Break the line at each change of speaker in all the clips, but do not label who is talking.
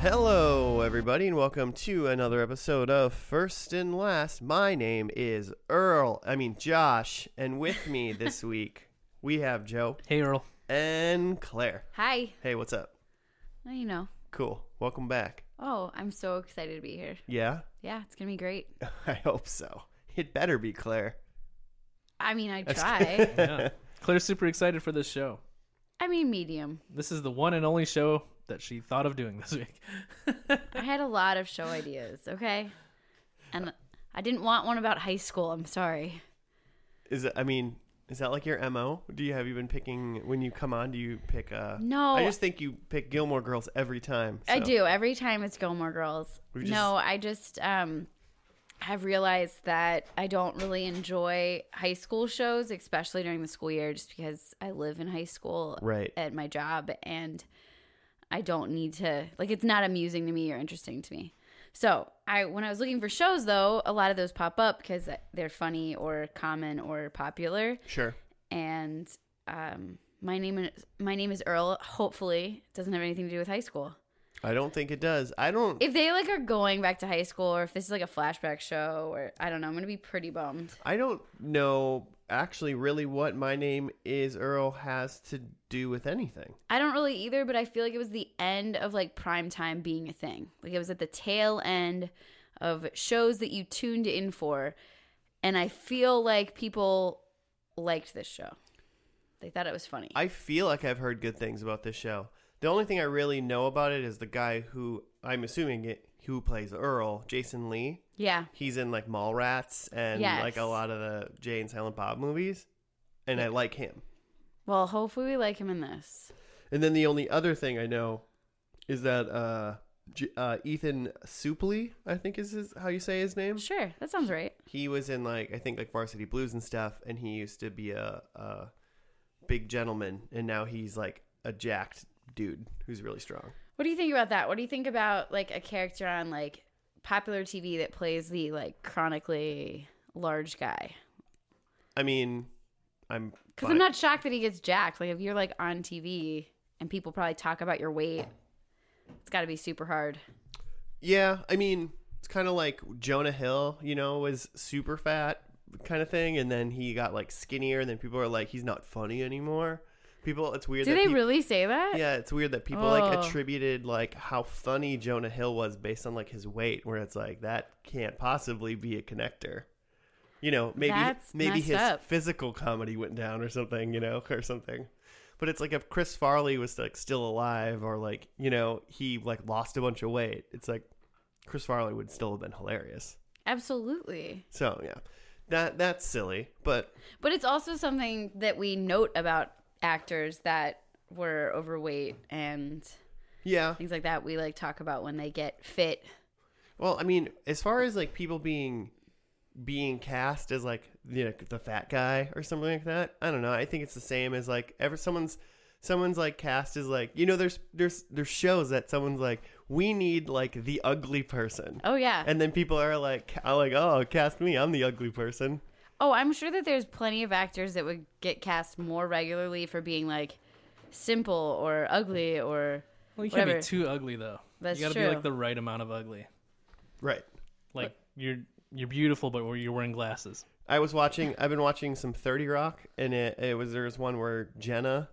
Hello, everybody, and welcome to another episode of First and Last. My name is Earl, I mean, Josh, and with me this week, we have Joe
Hey Earl.
and Claire.
Hi.
Hey, what's up?
Now you know.
Cool. Welcome back.
Oh, I'm so excited to be here.
Yeah?
Yeah, it's gonna be great.
I hope so. It better be Claire.
I mean, I try.
Yeah. Claire's super excited for this show.
I mean, medium.
This is the one and only show that she thought of doing this week.
I had a lot of show ideas. Okay, and I didn't want one about high school. I'm sorry.
Is it, I mean, is that like your MO? Do you have you been picking when you come on? Do you pick? Uh,
No.
I just think you pick Gilmore Girls every time.
I
so.
do every time it's Gilmore Girls.
We just-
No, I just um, have realized that I don't really enjoy high school shows, especially during the school year, just because I live in high school
Right.
at my job and I don't need to like it's not amusing to me or interesting to me. So I when I was looking for shows though, a lot of those pop up because they're funny or common or popular.
Sure.
And um, my name is my name is Earl. Hopefully, it doesn't have anything to do with high school.
I don't think it does. I don't.
If they like are going back to high school, or if this is like a flashback show, or I don't know, I'm gonna be pretty bummed.
I don't know actually really what my name is Earl has to do with anything.
I don't really either, but I feel like it was the end of like prime time being a thing. Like it was at the tail end of shows that you tuned in for, and I feel like people liked this show. They thought it was funny.
I feel like I've heard good things about this show. The only thing I really know about it is the guy who I'm assuming it who plays Earl, Jason Lee.
yeah,
He's in like Mallrats and
Yes.
like a lot of the Jay and Silent Bob movies, and I like him.
well, hopefully we like him in this.
And then the only other thing I know is that uh, J- uh, Ethan Supley, I think is his, how you say his name.
Sure, that sounds right.
He was in like I think like Varsity Blues and stuff, and he used to be a, a big gentleman, and now he's like a jacked dude who's really strong.
What do you think about that? What do you think about like a character on like popular TV that plays the like chronically large guy?
I mean, I'm
Because I'm not shocked that he gets jacked. Like if you're like on TV and people probably talk about your weight, it's got to be super hard.
Yeah, I mean, it's kind of like Jonah Hill, you know, was super fat kind of thing, and then he got like skinnier, and then people are like, he's not funny anymore. People, it's weird.
Do
that
they
peop-
really say that?
Yeah, it's weird that people like
Oh.
attributed like how funny Jonah Hill was based on like his weight, where it's like that can't possibly be a connector. You know, maybe
That's
maybe
messed
his
up.
physical comedy went down or something, you know, or something. But it's like if Chris Farley was like still alive or like, you know, he like lost a bunch of weight, it's like Chris Farley would still have been hilarious.
Absolutely.
So, yeah. That that's silly, but
But it's also something that we note about actors that were overweight and
yeah.
things like that. We like talk about when they get fit.
Well, I mean, as far as like people being being cast as like you know, the fat guy or something like that, I don't know. I think it's the same as like ever someone's someone's like cast as like you know there's there's there's shows that someone's like we need like the ugly person.
Oh yeah.
And then people are like, ca- like, oh, cast me. I'm the ugly person.
Oh, I'm sure that there's plenty of actors that would get cast more regularly for being like simple or ugly or
Well, you can't
Whatever.
be too ugly though.
That's
you gotta be
true.
like the right amount of ugly.
Right.
Like you're you're beautiful, but where you're wearing glasses.
I was watching. I've been watching some Thirty Rock, and it, it was there was one where Jenna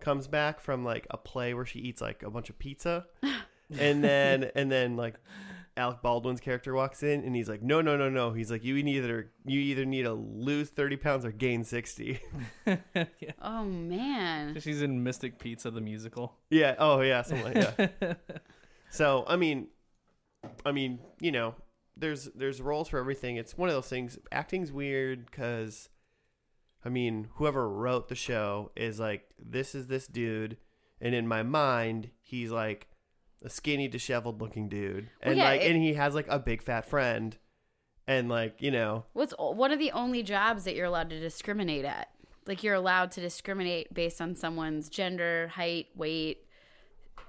comes back from like a play where she eats like a bunch of pizza, and then and then like Alec Baldwin's character walks in, and he's like, "No, no, no, no." He's like, "You either you either need to lose thirty pounds or gain 60.
yeah.
oh man.
She's in Mystic Pizza the musical.
yeah. Oh yeah. Something like yeah. so I mean, I mean, you know, there's there's roles for everything. It's one of those things. Acting's weird because, I mean, whoever wrote the show is like, this is this dude, and in my mind, he's like a skinny, disheveled looking dude,
Well,
and
yeah,
like,
it-
and he has like a big fat friend, and like, you know,
What's what are the only jobs that you're allowed to discriminate at? Like you're allowed to discriminate based on someone's gender, height, weight,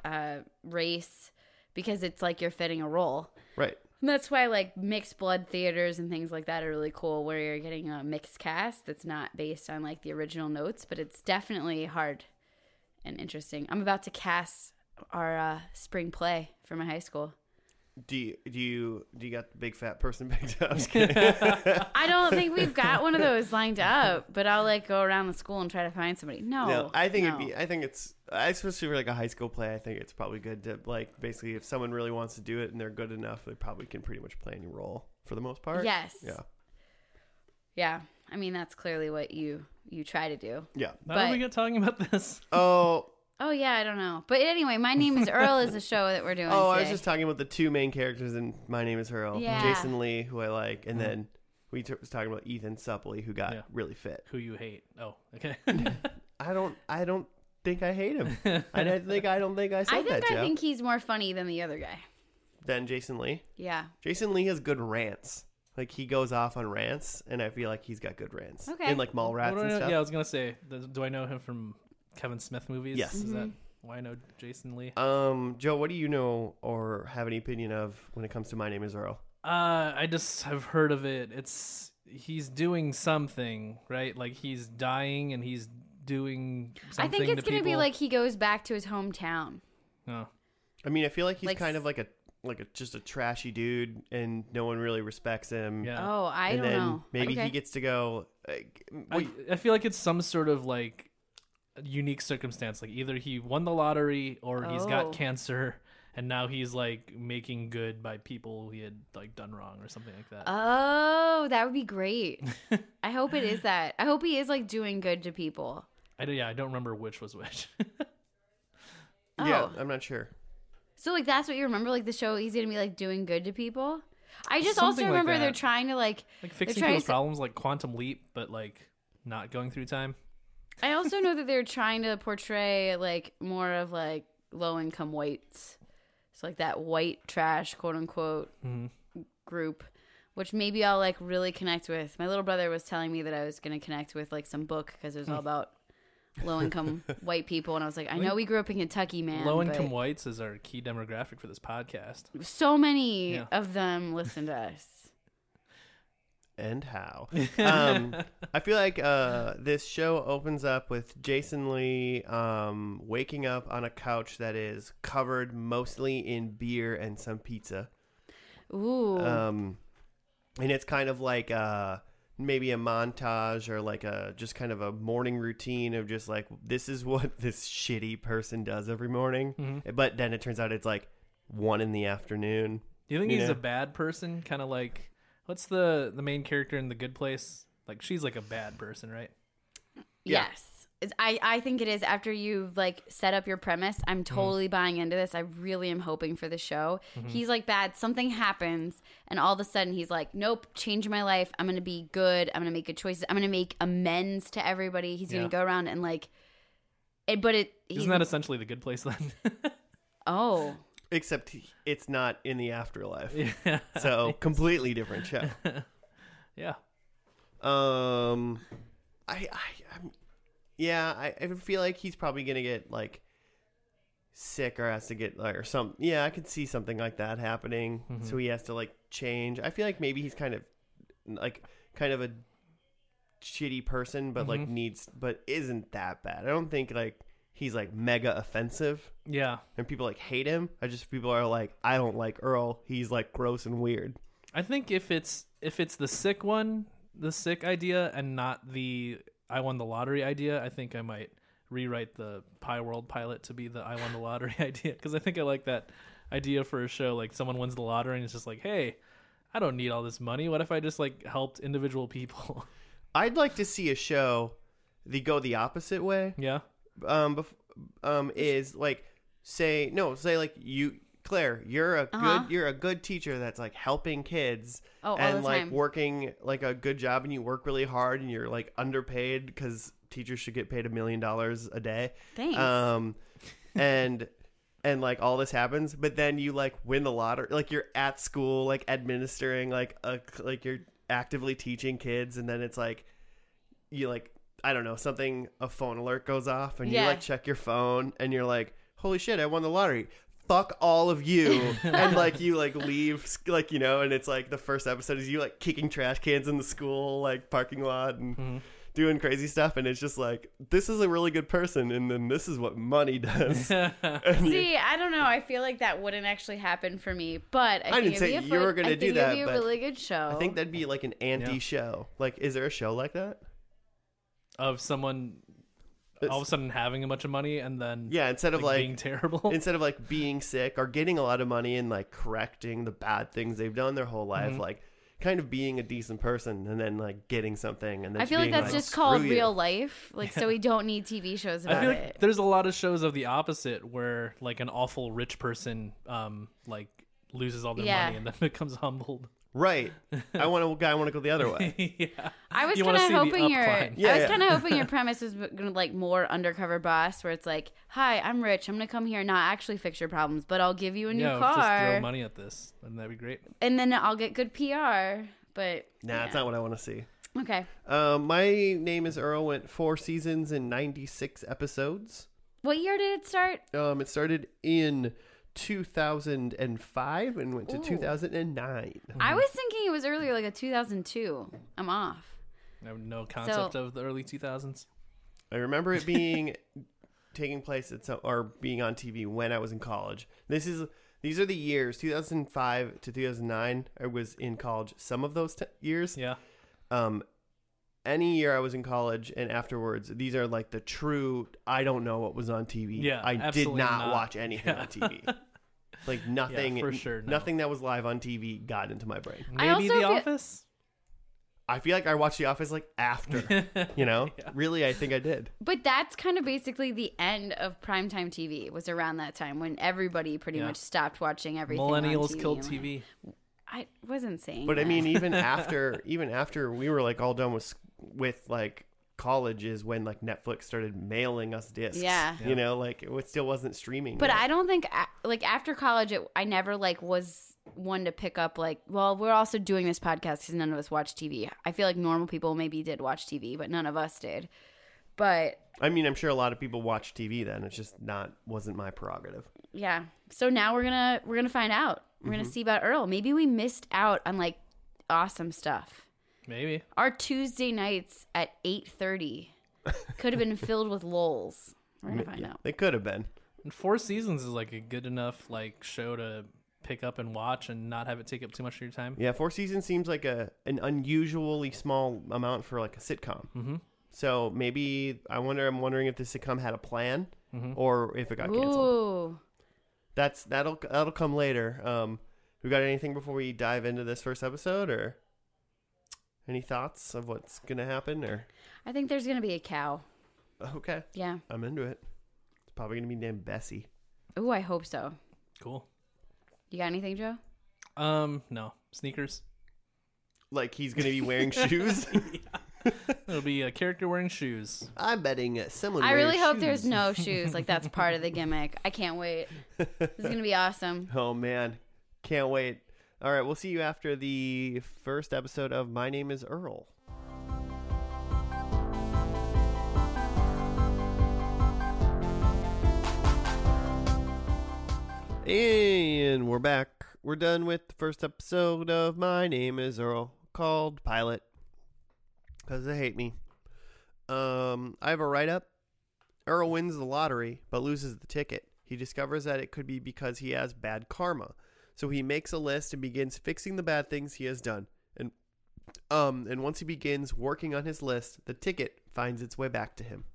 uh, race, because it's like you're fitting a role.
right.
And that's why like mixed blood theaters and things like that are really cool where you're getting a mixed cast that's not based on like the original notes, but it's definitely hard and interesting. I'm about to cast our uh, spring play for my high school.
Do you do you do you got the big fat person picked up? I'm just kidding.
I don't think we've got one of those lined up, but I'll like go around the school and try to find somebody. No,
no, I think
Oh, no.
it'd be. I think it's. I especially for like a high school play. I think it's probably good to like basically if someone really wants to do it and they're good enough, they probably can pretty much play any role for the most part.
Yes.
Yeah.
Yeah. I mean, that's clearly what you you try to do.
Yeah.
Why don't
But-
we get talking about this?
Oh.
Oh yeah, I don't know. But anyway, my name is Earl is the show that we're doing.
Oh, I was
today.
just talking about the two main characters in My Name Is Hurl.
Yeah.
Jason Lee, who I like, and then we t- was talking about Ethan Suppley, who got
Yeah.
really fit.
Who you hate? Oh, okay.
I don't. I don't think I hate him. I don't think I don't think I said
I think
that,
I
Jeff.
think he's more funny than the other guy.
Then Jason Lee.
Yeah.
Jason Lee has good rants. Like he goes off on rants, and I feel like he's got good rants.
Okay.
In like mall
What
rats
do I
and
know-
stuff.
yeah, I was gonna say. th- Do I know him from Kevin Smith movies?
Yes.
Is that why I know Jason Lee?
Um, Joe, what do you know or have any opinion of when it comes to My Name Is Earl?
Uh, I just have heard of it. It's he's doing something, right? Like he's dying and he's doing something.
I think it's
to
gonna be
people.
like he goes back to his hometown.
Oh.
I mean, I feel like he's
Like
kind
s-
of like a like a just a trashy dude, and no one really respects him.
Yeah.
Oh, I
and
don't
then
know.
maybe
Okay.
he gets to go. Like,
I, I feel like it's some sort of like unique circumstance. Like either he won the lottery or he's
Oh.
got cancer and now he's like making good by people he had like done wrong or something like that.
Oh, that would be great. I hope it is that. I hope he is like doing good to people.
I don't, yeah, I don't remember which was which.
yeah,
Oh.
I'm not sure.
So like that's what you remember, like the show he's gonna be like doing good to people. I just
Something
also
like
remember they're
that.
trying to like
like fixing
trying
people's
to-
problems like quantum leap but like not going through time.
I also know that they're trying to portray like more of like low income whites. So like that white trash quote unquote
Mm-hmm.
group, which maybe I'll like really connect with. My little brother was telling me that I was going to connect with like some book because it
Mm.
was all about low income white people and I was like, I know we grew up in Kentucky, man.
Low income
but
whites is our key demographic for this podcast.
So many
Yeah.
of them listen to us.
And how? um, I feel like uh, this show opens up with Jason Lee um, waking up on a couch that is covered mostly in beer and some pizza.
Ooh.
Uh,
um and it's kind of like uh maybe a montage or like a just kind of a morning routine of just like this is what this shitty person does every morning but then it turns out it's like one in the afternoon
Do you think
You
he's
know?
a bad person? Kind of like what's the the main character in The Good Place? Like she's like a bad person, right?
yeah.
Yes. It's- I, I think it is after you've like set up your premise. I'm
Mm-hmm.
totally buying into this. I really am hoping for the show. He's like bad. Something happens, and all of a sudden he's like, "Nope, change my life. I'm gonna be good. I'm gonna make good choices. I'm gonna make amends to everybody." He's
Yeah.
gonna go around and like, it, but it he's,
Isn't that essentially The Good Place then?
oh
except he- it's not in the afterlife
yeah.
so completely different show
Yeah.
Um, I, I, I'm, yeah, I, I feel like he's probably gonna get like sick or has to get like or some. Yeah, I could see something like that happening. So he has to like change. I feel like maybe he's kind of like kind of a shitty person, but like needs, but isn't that bad. I don't think like he's like mega offensive
Yeah.
and people like hate him. I just people are like, I don't like Earl. He's like gross and weird.
I think if it's if it's the sick one, the sick idea and not the I won the lottery idea, I think I might rewrite the Pie World pilot to be the I won the lottery idea cuz I think I like that idea for a show like someone wins the lottery and it's just like, "Hey, I don't need all this money. What if I just like helped individual people?"
I'd like to see a show. that go the opposite way.
yeah.
um, bef- um, is like say no, say like you, Claire, you're a
Uh-huh.
good, you're a good teacher that's like helping kids
Oh, all
and
the
like
time.
working like a good job, and you work really hard, and you're like underpaid because teachers should get paid a million dollars a day.
Thanks.
Um, and. And like all this happens, but then you like win the lottery. Like you're at school, like administering, like a like you're actively teaching kids, and then it's like you like I don't know something a phone alert goes off and
Yeah.
you like check your phone and you're like holy shit I won the lottery fuck all of you and like you like leave like you
Mm-hmm.
know and it's like the first episode is you like kicking trash cans in the school like parking lot and doing crazy stuff, and it's just like this is a really good person, and then this is what money does. And you-
See, I don't know. I feel like that wouldn't actually happen for me, but I,
I
think
didn't
it'd
say
be a
you
fun-
were gonna
I
do
think it'd
that,
Be a
but
really good show.
I think that'd be like an anti
Yeah.
show. Like, is there a show like that?
of someone all of a
It's-
sudden having a bunch of money and then
yeah, instead of
like,
like,
being
Oh.
terrible.
instead of like being sick or getting a lot of money and like correcting the bad things they've done their whole life,
Mm-hmm.
like kind of being a decent person and then like getting something and then
I feel like
being
that's just
"Screw
called
you."
real life. Like, so we don't need TV shows about
I feel like
it.
there's a lot of shows of the opposite where like an awful rich person um like loses all their
Yeah.
money and then becomes humbled.
Right. I want to. I want to go the other way.
yeah.
I was
You
kind
wanna
of
see the
hoping your
upline.
Yeah,
I was
yeah.
kind of hoping your premise was gonna like more undercover boss, where it's like, "Hi, I'm rich. I'm gonna come here and not actually fix your problems, but I'll give you a new
yeah, just throw
car,
money at this. Wouldn't that be great?
and then I'll get good PR." But
Nah, it's not what I want to see.
okay.
Um, my name is Earl. Went four seasons and ninety six episodes.
What year did it start?
Um, it started in two thousand and five and went to
Ooh.
two thousand and nine.
Mm-hmm.
I was thinking it was earlier, like a 2002. I'm off.
I have no concept of the early 2000s.
I remember it being taking place at some or being on TV when I was in college. This is these are the years 2005 to 2009. I was in college some of those t- years.
Yeah.
Um, any year I was in college and afterwards, these are like the true. I don't know what was on TV.
Yeah,
I did not,
absolutely not.
watch anything on TV. Like nothing,
for sure, no.
nothing that was live on TV got into my brain.
Maybe
also
The
feel-
Office?
I feel like I watched The Office like after, you know. Really, I think I did.
But that's kind of basically the end of primetime TV. Was around that time when everybody pretty
Yeah.
much stopped watching everything. on
Millennials
TV.
killed
I'm like,
TV.
I wasn't saying.
But I
that.
mean, even after even after we were like all done with s- with like college is when like Netflix started mailing us discs.
Yeah.
you know, like it still wasn't streaming.
But
yet.
I don't think I- like after college, it, I never like was one to pick up like. Well, we're also doing this podcast because none of us watch TV. I feel like normal people maybe did watch TV, but none of us did. But
I mean, I'm sure a lot of people watch TV then. It's just not wasn't my prerogative.
yeah, so now we're gonna we're gonna find out. We're
Mm-hmm.
gonna see about Earl. Maybe we missed out on like awesome stuff.
Maybe.
Our Tuesday nights at eight thirty could have been filled with lols. We're gonna find out.
They could have been.
And four seasons is like a good enough like show to pick up and watch and not have it take up too much of your time.
Yeah, four seasons seems like a an unusually small amount for like a sitcom. Mm-hmm. So maybe I wonder. I'm wondering if the sitcom had a plan or if it got canceled.
Ooh,
That's that'll that'll come later. Um, we got anything before we dive into this first episode, or any thoughts of what's gonna happen? Or
I think there's gonna be a cow.
okay,
Yeah.
I'm into it. It's probably gonna be named Bessie.
Ooh, I hope so.
Cool.
You got anything, Joe?
Um, no. Sneakers.
Like he's gonna be wearing shoes.
It'll be a character wearing shoes.
I'm betting someone.
I
wears
really hope there's
shoes.
no shoes. Like that's part of the gimmick. I can't wait. It's gonna be awesome.
Oh man, can't wait. All right, we'll see you after the first episode of My Name Is Earl. And we're back. We're done with the first episode of My Name Is Earl called Pilot because they hate me. Um, I have a write up Earl wins the lottery but loses the ticket. He discovers that it could be because he has bad karma. So he makes a list and begins fixing the bad things he has done. And um and once he begins working on his list, the ticket finds its way back to him.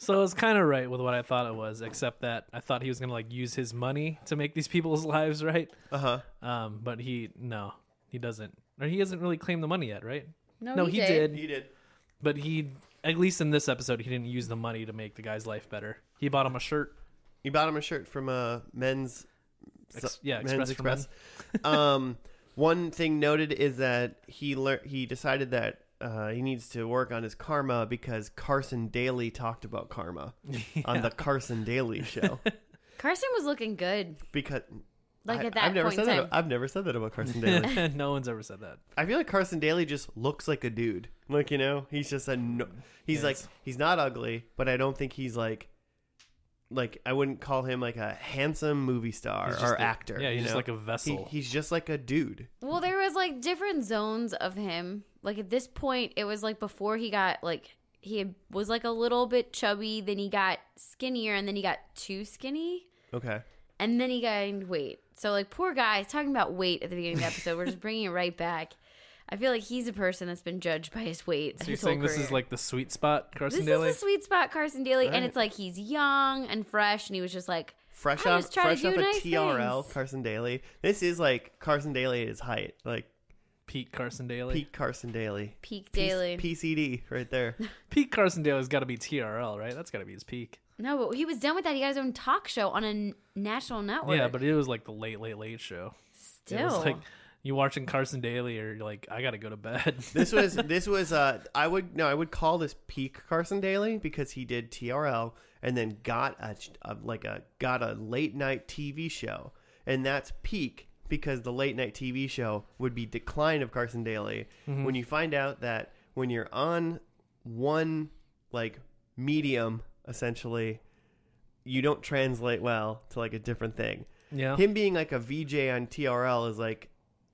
So I was kind of right with what I thought it was, except that I thought he was gonna like use his money to make these people's lives right.
Uh-huh.
Um, but he no, he doesn't, or he hasn't really claimed the money yet, right?
No,
no, he, did.
He did.
but he at least in this episode he didn't use the money to make the guy's life better. He bought him a shirt.
He bought him a shirt from uh men's
Ex- yeah,
Men's
Express, for Men.
Express. um, one thing noted is that he lear- he decided that uh, he needs to work on his karma because Carson Daly talked about karma on the Carson Daly show.
Carson was looking good.
Because
Like
I,
at that
I've never
point
said
in
that.
time.
I've never said that about Carson Daly.
no one's ever said that.
I feel like Carson Daly just looks like a dude. Like you know, he's just a no- he's like
Yes.
he's not ugly, but I don't think he's like like I wouldn't call him like a handsome movie star
He's
or
just a-
actor.
Yeah, he's
you
just
know?
like a
He-
vessel.
he's just like a dude.
Well, there was like different zones of him. Like at this point, it was like before he got like he had- was like a little bit chubby, then he got skinnier, and then he got too skinny,
Okay.
and then he gained weight. So like poor guy, he's talking about weight at the beginning of the episode. We're just bringing it right back. I feel like he's a person that's been judged by his weight.
so you're
his
saying
whole
this is
career.
like the sweet spot, Carson
this
Daly?
is the sweet spot, Carson Daly,
Right.
and it's like he's young and fresh, and he was just like
Fresh
I
off
just try
fresh
to do
off a
nice
TRL,
things.
Carson Daly. This is like Carson Daly at his height, like
Pete Carson Daly.
peak Carson Daly.
peak
P-
Daly.
PCD right there.
Pete Carson Daly's got to be TRL, right? That's got to be his peak.
No, but he was done with that. He got his own talk show on a n- national network.
Yeah, but it was like the late, late, late show.
still,
It was like you watching Carson Daly, or you're like, I gotta go to bed.
This was this was uh I would no I would call this peak Carson Daly because he did TRL and then got a, a like a got a late night TV show and that's peak because the late night TV show would be decline of Carson Daly when you find out that when you're on one like medium essentially you don't translate well to like a different thing
yeah,
him being like a VJ on TRL is like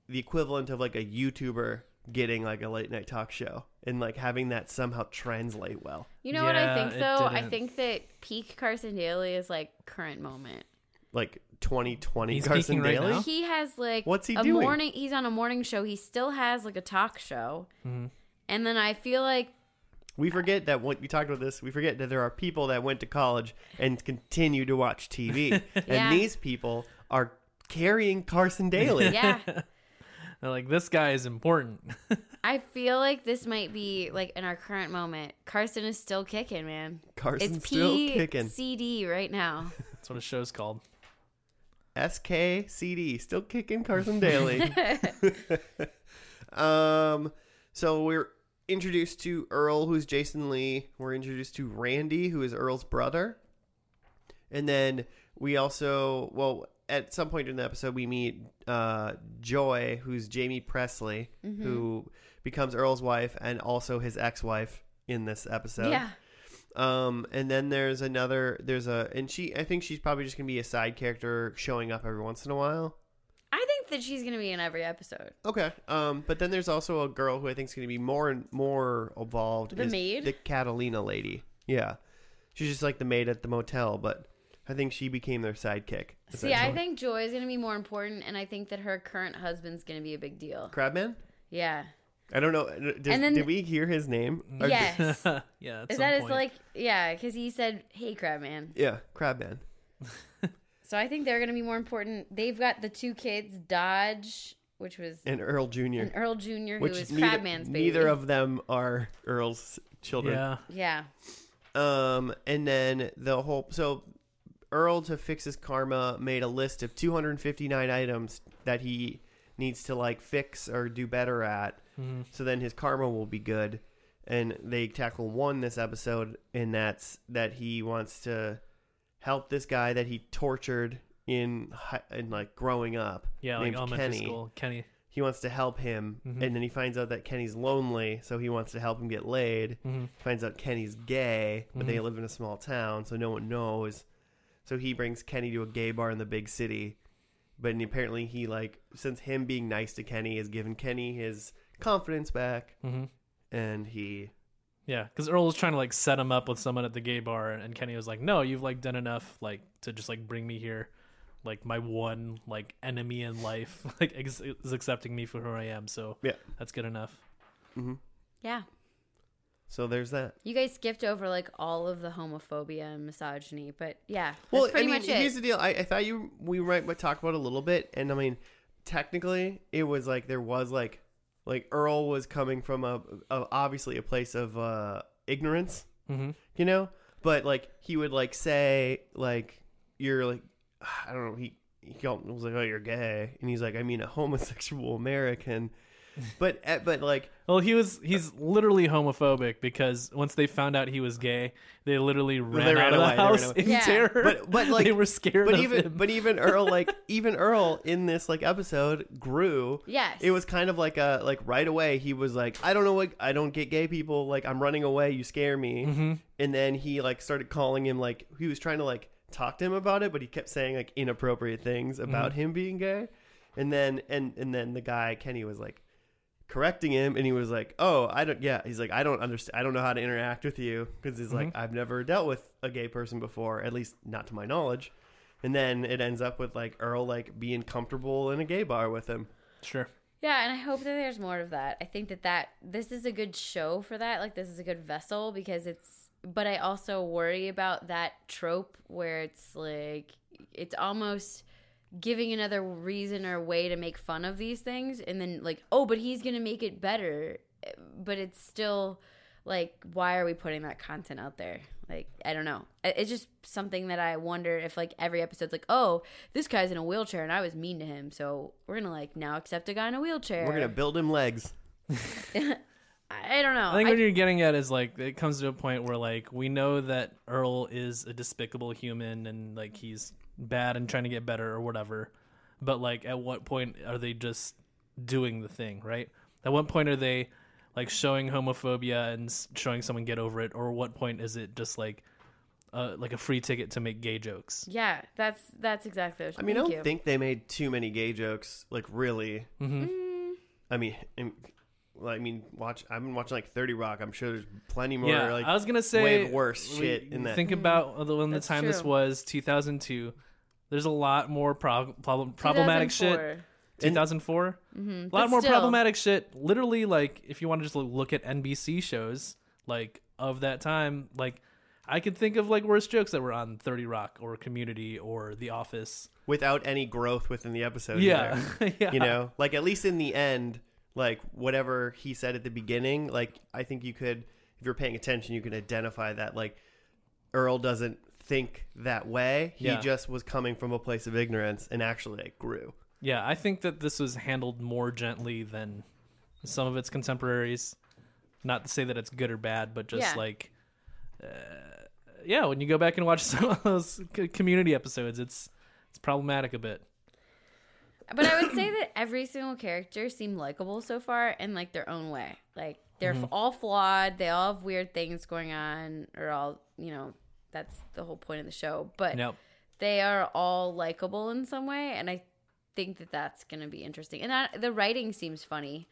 the equivalent of like a YouTuber getting like a late night talk show and like having that somehow translate well.
you know what I
Yeah,
think
it
though. I
didn't.
think that peak Carson Daly is like current moment.
Like 2020
He's
Carson
peaking right
Daly.
now?
He has like
What's he
a
doing?
morning. He's on a morning show. He still has like a talk show,
Mm-hmm.
and then I feel like
We forget that what we talked about this. We forget that there are people that went to college and continue to watch TV,
Yeah.
and these people are carrying Carson Daly.
yeah,
They're like this guy is important.
I feel like this might be like in our current moment. Carson is still kicking, man.
Carson's
it's
still
P
kicking.
C D right now.
That's what a show's called.
SKCD, still kicking Carson Daly. um, so we're introduced to Earl, who's Jason Lee. We're introduced to Randy, who is Earl's brother. And then we also, well, at some point in the episode, we meet uh, Joy, who's Jamie Presley, who becomes Earl's wife and also his ex wife in this episode.
yeah,
Um, and then there's another, there's a, and she, I think she's probably just gonna be a side character showing up every once in a while.
I think that she's gonna be in every episode.
Okay. Um, but then there's also a girl who I think is gonna be more and more involved.
The
is
maid?
the Catalina lady. Yeah, she's just like the maid at the motel, but I think she became their sidekick.
See, I
essentially.
think Joy is gonna be more important, and I think that her current husband's gonna be a big deal.
Crabman.
Yeah.
I don't know. Did,
And then-
did we hear his name? Or-
Yes.
yeah, at
Is
some
that is
point.
like yeah, because he said, "Hey, Crabman."
Yeah, Crabman.
So I think they're gonna be more important. They've got the two kids, Dodge, which was
and Earl Junior,
and Earl Junior, who
which
was
neither,
Crabman's baby.
neither of them are Earl's children.
yeah,
yeah,
Um, and then the whole so Earl to fix his karma made a list of 259 items that he needs to like fix or do better at.
Mm-hmm.
So then his karma will be good. And they tackle one this episode, and that's that he wants to help this guy that he tortured in hi- in like growing up.
yeah, like
named
elementary
Kenny
school. Mm-hmm. Kenny.
he wants to help him and then he finds out that kenny's lonely so he wants to help him get laid
Mm-hmm,
finds out kenny's gay but they live in a small town so no one knows so he brings kenny to a gay bar in the big city but and apparently he like since him being nice to kenny has given kenny his confidence back
Mhm.
and he
Yeah, because Earl was trying to like set him up with someone at the gay bar, and Kenny was like, "No, you've like done enough, like to just like bring me here, like my one like enemy in life, like ex- is accepting me for who I am. So
Yeah.
that's good enough."
yeah.
so there's that
You guys skipped over like all of the homophobia and misogyny, but yeah, that's
well
pretty
I mean,
much it.
here's the deal I, I thought you we might might talk about it a little bit and i mean technically it was like there was like like earl was coming from a, a obviously a place of uh ignorance
Mhm.
you know but like he would like say like you're like i don't know he he called- was like oh you're gay and he's like i mean a homosexual american but eh, but like
Well, he was he's literally homophobic because once they found out he was gay, they literally ran,
ran
out, of
away, they ran
the house
away.
in
Yeah.
terror.
But- but, like-
they were scared
but
of
even
him.
but even earl like even earl in this like episode grew
yes,
it was kind of like a like right away he was like i don't know what i don't get gay people like i'm running away you scare me and then he like started calling him like he was trying to like talk to him about it, but he kept saying like inappropriate things about him being gay. And then and and then the guy Kenny was like correcting him, and he was like, "Oh, I don't. Yeah, he's like, I don't understand. I don't know how to interact with you because he's like, I've never dealt with a gay person before, at least not to my knowledge." And then it ends up with like Earl like being comfortable in a gay bar with him.
Sure.
Yeah, and I hope that there's more of that. I think that that this is a good show for that. Like this is a good vessel because it's but I also worry about that trope where it's like it's almost giving another reason or way to make fun of these things and then like, "Oh, but he's going to make it better." But it's still like why are we putting that content out there? Like, I don't know. I- It's just something that I wonder if like every episode's like, "Oh, this guy's in a wheelchair and I was mean to him, so we're going to like now accept a guy in a wheelchair."
We're gonna build him legs.
I I don't know.
I think
I-
what you're getting at is like it comes to a point where like we know that Earl is a despicable human and like he's bad and trying to get better or whatever. But like at what point are they just doing the thing, right? At what point are they like showing homophobia and s- showing someone get over it or what point is it just like uh, like a free ticket to make gay jokes?
Yeah, that's that's exactly. What
I mean, I
thank
don't
you.
think they made too many gay jokes. Like, really?
Mm-hmm.
Mm.
I mean, I well, I mean, watch. I've been watching like Thirty Rock. I'm sure there's plenty more.
yeah,
like,
I was going to say
way worse shit in that.
Think about the when the
That's
time this
true.
was 2002. There's a lot more prob- prob- problematic shit
2004.
2004 a lot
Mm-hmm. But
more
still.
problematic shit literally like if you want to just lo- look at nbc shows like of that time like i could think of like worse jokes that were on 30 rock or community or the office
without any growth within the episode.
yeah
either.
yeah
you know, like at least in the end, like whatever he said at the beginning, like I think you could, if you're paying attention, you could identify that like Earl doesn't think that way. He
Yeah.
just was coming from a place of ignorance and actually it grew.
yeah i think that this was handled more gently than some of its contemporaries not to say that it's good or bad but just
Yeah.
like uh, yeah when you go back and watch some of those c- community episodes it's it's problematic a bit
But I would say that every single character seemed likable so far in like their own way. Like they're
Mm-hmm.
f all flawed. They all have weird things going on, or all you know. That's the whole point of the show. But
Nope.
they are all likable in some way, and I think that that's gonna be interesting. And that, the writing seems funny.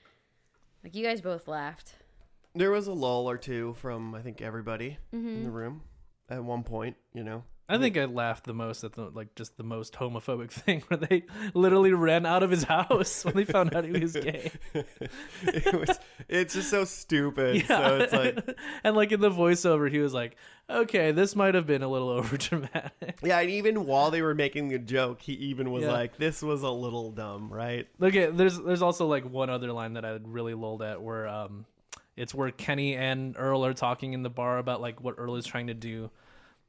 Like you guys both laughed.
There was a lull or two from I think everybody in the room at one point. You know,
I think I laughed the most at the like just the most homophobic thing where they literally ran out of his house when they found out he was gay.
it was it's just so stupid. So it's like.
and like in the voiceover, he was like, "Okay, this might have been a little over dramatic."
Yeah, and even while they were making the joke, he even was
Yeah.
like, "This was a little dumb, right?"
Okay, there's there's also like one other line that I really lulled at where um, it's where Kenny and Earl are talking in the bar about like what Earl is trying to do,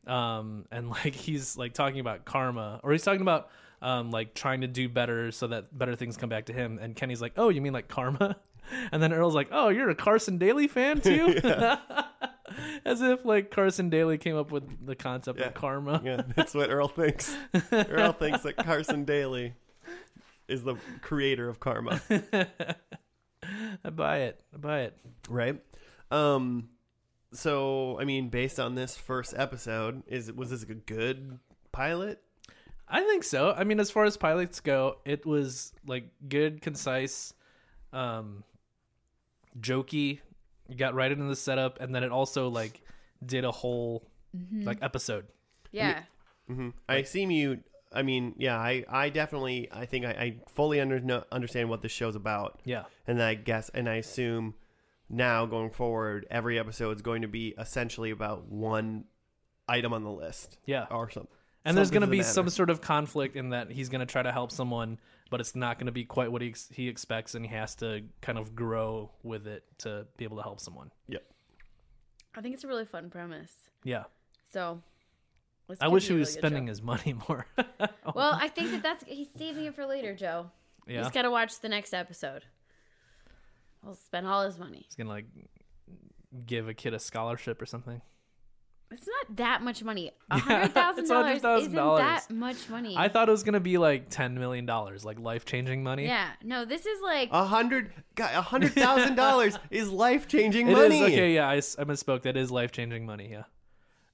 um, and like he's like talking about karma or he's talking about um like trying to do better so that better things come back to him, and Kenny's like, oh, you mean like karma, and then Earl's like, oh, you're a Carson Daly fan too. As if like Carson Daly came up with the concept
Yeah.
of karma.
Yeah, that's what Earl thinks. Earl thinks that Carson Daly is the creator of karma,
I buy it. I buy it.
right? Um, so I mean, based on this first episode, is was this a good pilot?
I think so. I mean, as far as pilots go, it was like good, concise, um, jokey. You got right into the setup, and then it also like did a whole
Mm-hmm.
like episode.
Yeah.
hmm I seem you. I mean, yeah, I, I definitely, I think I, I fully under, no, understand what this show's about.
Yeah,
and I guess and I assume now going forward, every episode is going to be essentially about one item on the list.
Yeah.
or something.
and
Oh,
there's
something
going to
the
be
matter.
some sort of conflict in that he's going to try to help someone, but it's not going to be quite what he ex- he expects, and he has to kind of grow with it to be able to help someone.
I think it's a really fun premise.
Yeah,
So. this
I
could
wish
be
he
a
was
really good
spending
show.
his money more.
Well, I think that that's he's saving it for later, Joe.
yeah,
He's got to watch the next episode. He'll spend all his money.
he's gonna like give a kid a scholarship or something.
It's not that much money. A hundred thousand
it's
dollars
$100,000.
isn't that much money.
I thought it was gonna be like ten million dollars, like life changing money.
yeah, no, this is like
A hundred, God, a hundred thousand dollars is life changing
It is
money.
okay. Yeah, I, s- I misspoke. That is life changing money. Yeah,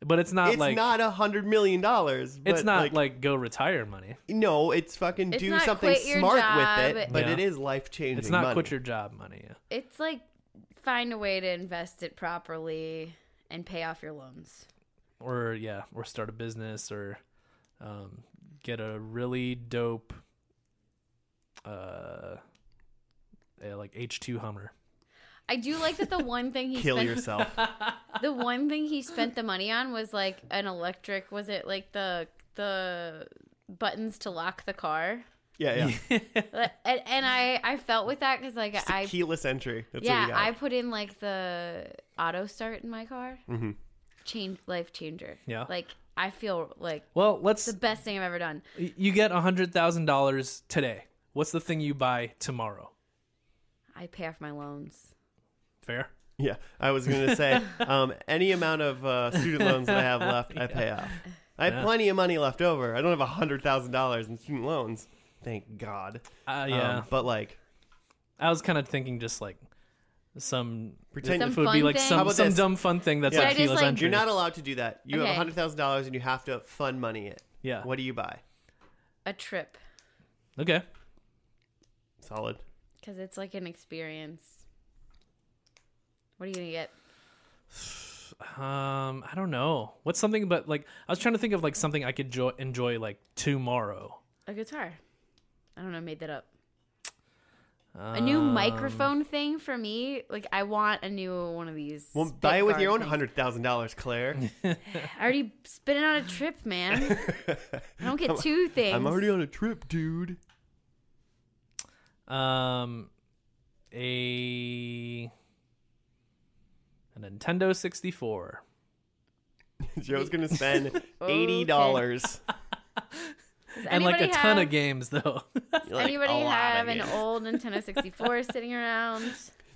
But it's not
It's
like
not a hundred million dollars. but,
it's not like, go retire money.
no, it's fucking
It's
do
not
something
quit your
smart
job.
with it, but
Yeah.
it is life changing.
It's not
money.
quit your job money. Yeah.
It's like find a way to invest it properly and pay off your loans.
or yeah, or start a business or um, get a really dope uh yeah, like H2 Hummer.
I do like that the one thing he
kill
spent,
yourself.
the one thing he spent the money on was like an electric was it like the the buttons to lock the car
yeah, yeah.
and, and I I felt with that because like
It's a
I
keyless entry. That's what
yeah
you got.
I put in like the auto start in my car
Mhm.
change life changer
Yeah.
like I feel like
Well,
the
let's
best thing I've ever done
you get a $100,000 today. What's the thing you buy tomorrow?
I pay off my loans
Fair?
Yeah, I was gonna say um, any amount of uh, student loans that I have left, I pay off. I have
Yeah.
plenty of money left over. I don't have a hundred thousand dollars in student loans, thank God.
Uh,
Um,
yeah.
but like,
I was kind of thinking just like some
Pretend-
if
Some
it would be
fun
like
thing? How
some
about
some
this?
dumb fun thing that's
Yeah.
like
Should I just,
keyless
like-
entry.
you're not allowed to do that. You have
Okay.
a hundred thousand dollars and you have to fund money it.
yeah.
What do you buy?
a trip
Okay.
Solid.
because it's like an experience. What are you gonna get?
Um, I don't know. What's something but like I was trying to think of like something I could jo- enjoy like tomorrow.
A guitar. I don't know. Made that up. A new
Um,
microphone thing for me. Like I want a new one of these.
Well,
spit
buy it with your own
guard things.
hundred thousand dollars, Claire.
I already spent it on a trip, man. I don't get two things.
I'm already on a trip, dude.
Um, a a Nintendo sixty four.
Joe's gonna spend eighty dollars.
Does
And like a
anybody
ton
have-
of games though.
Anybody
"Oh,
have an old Nintendo 64 sitting around?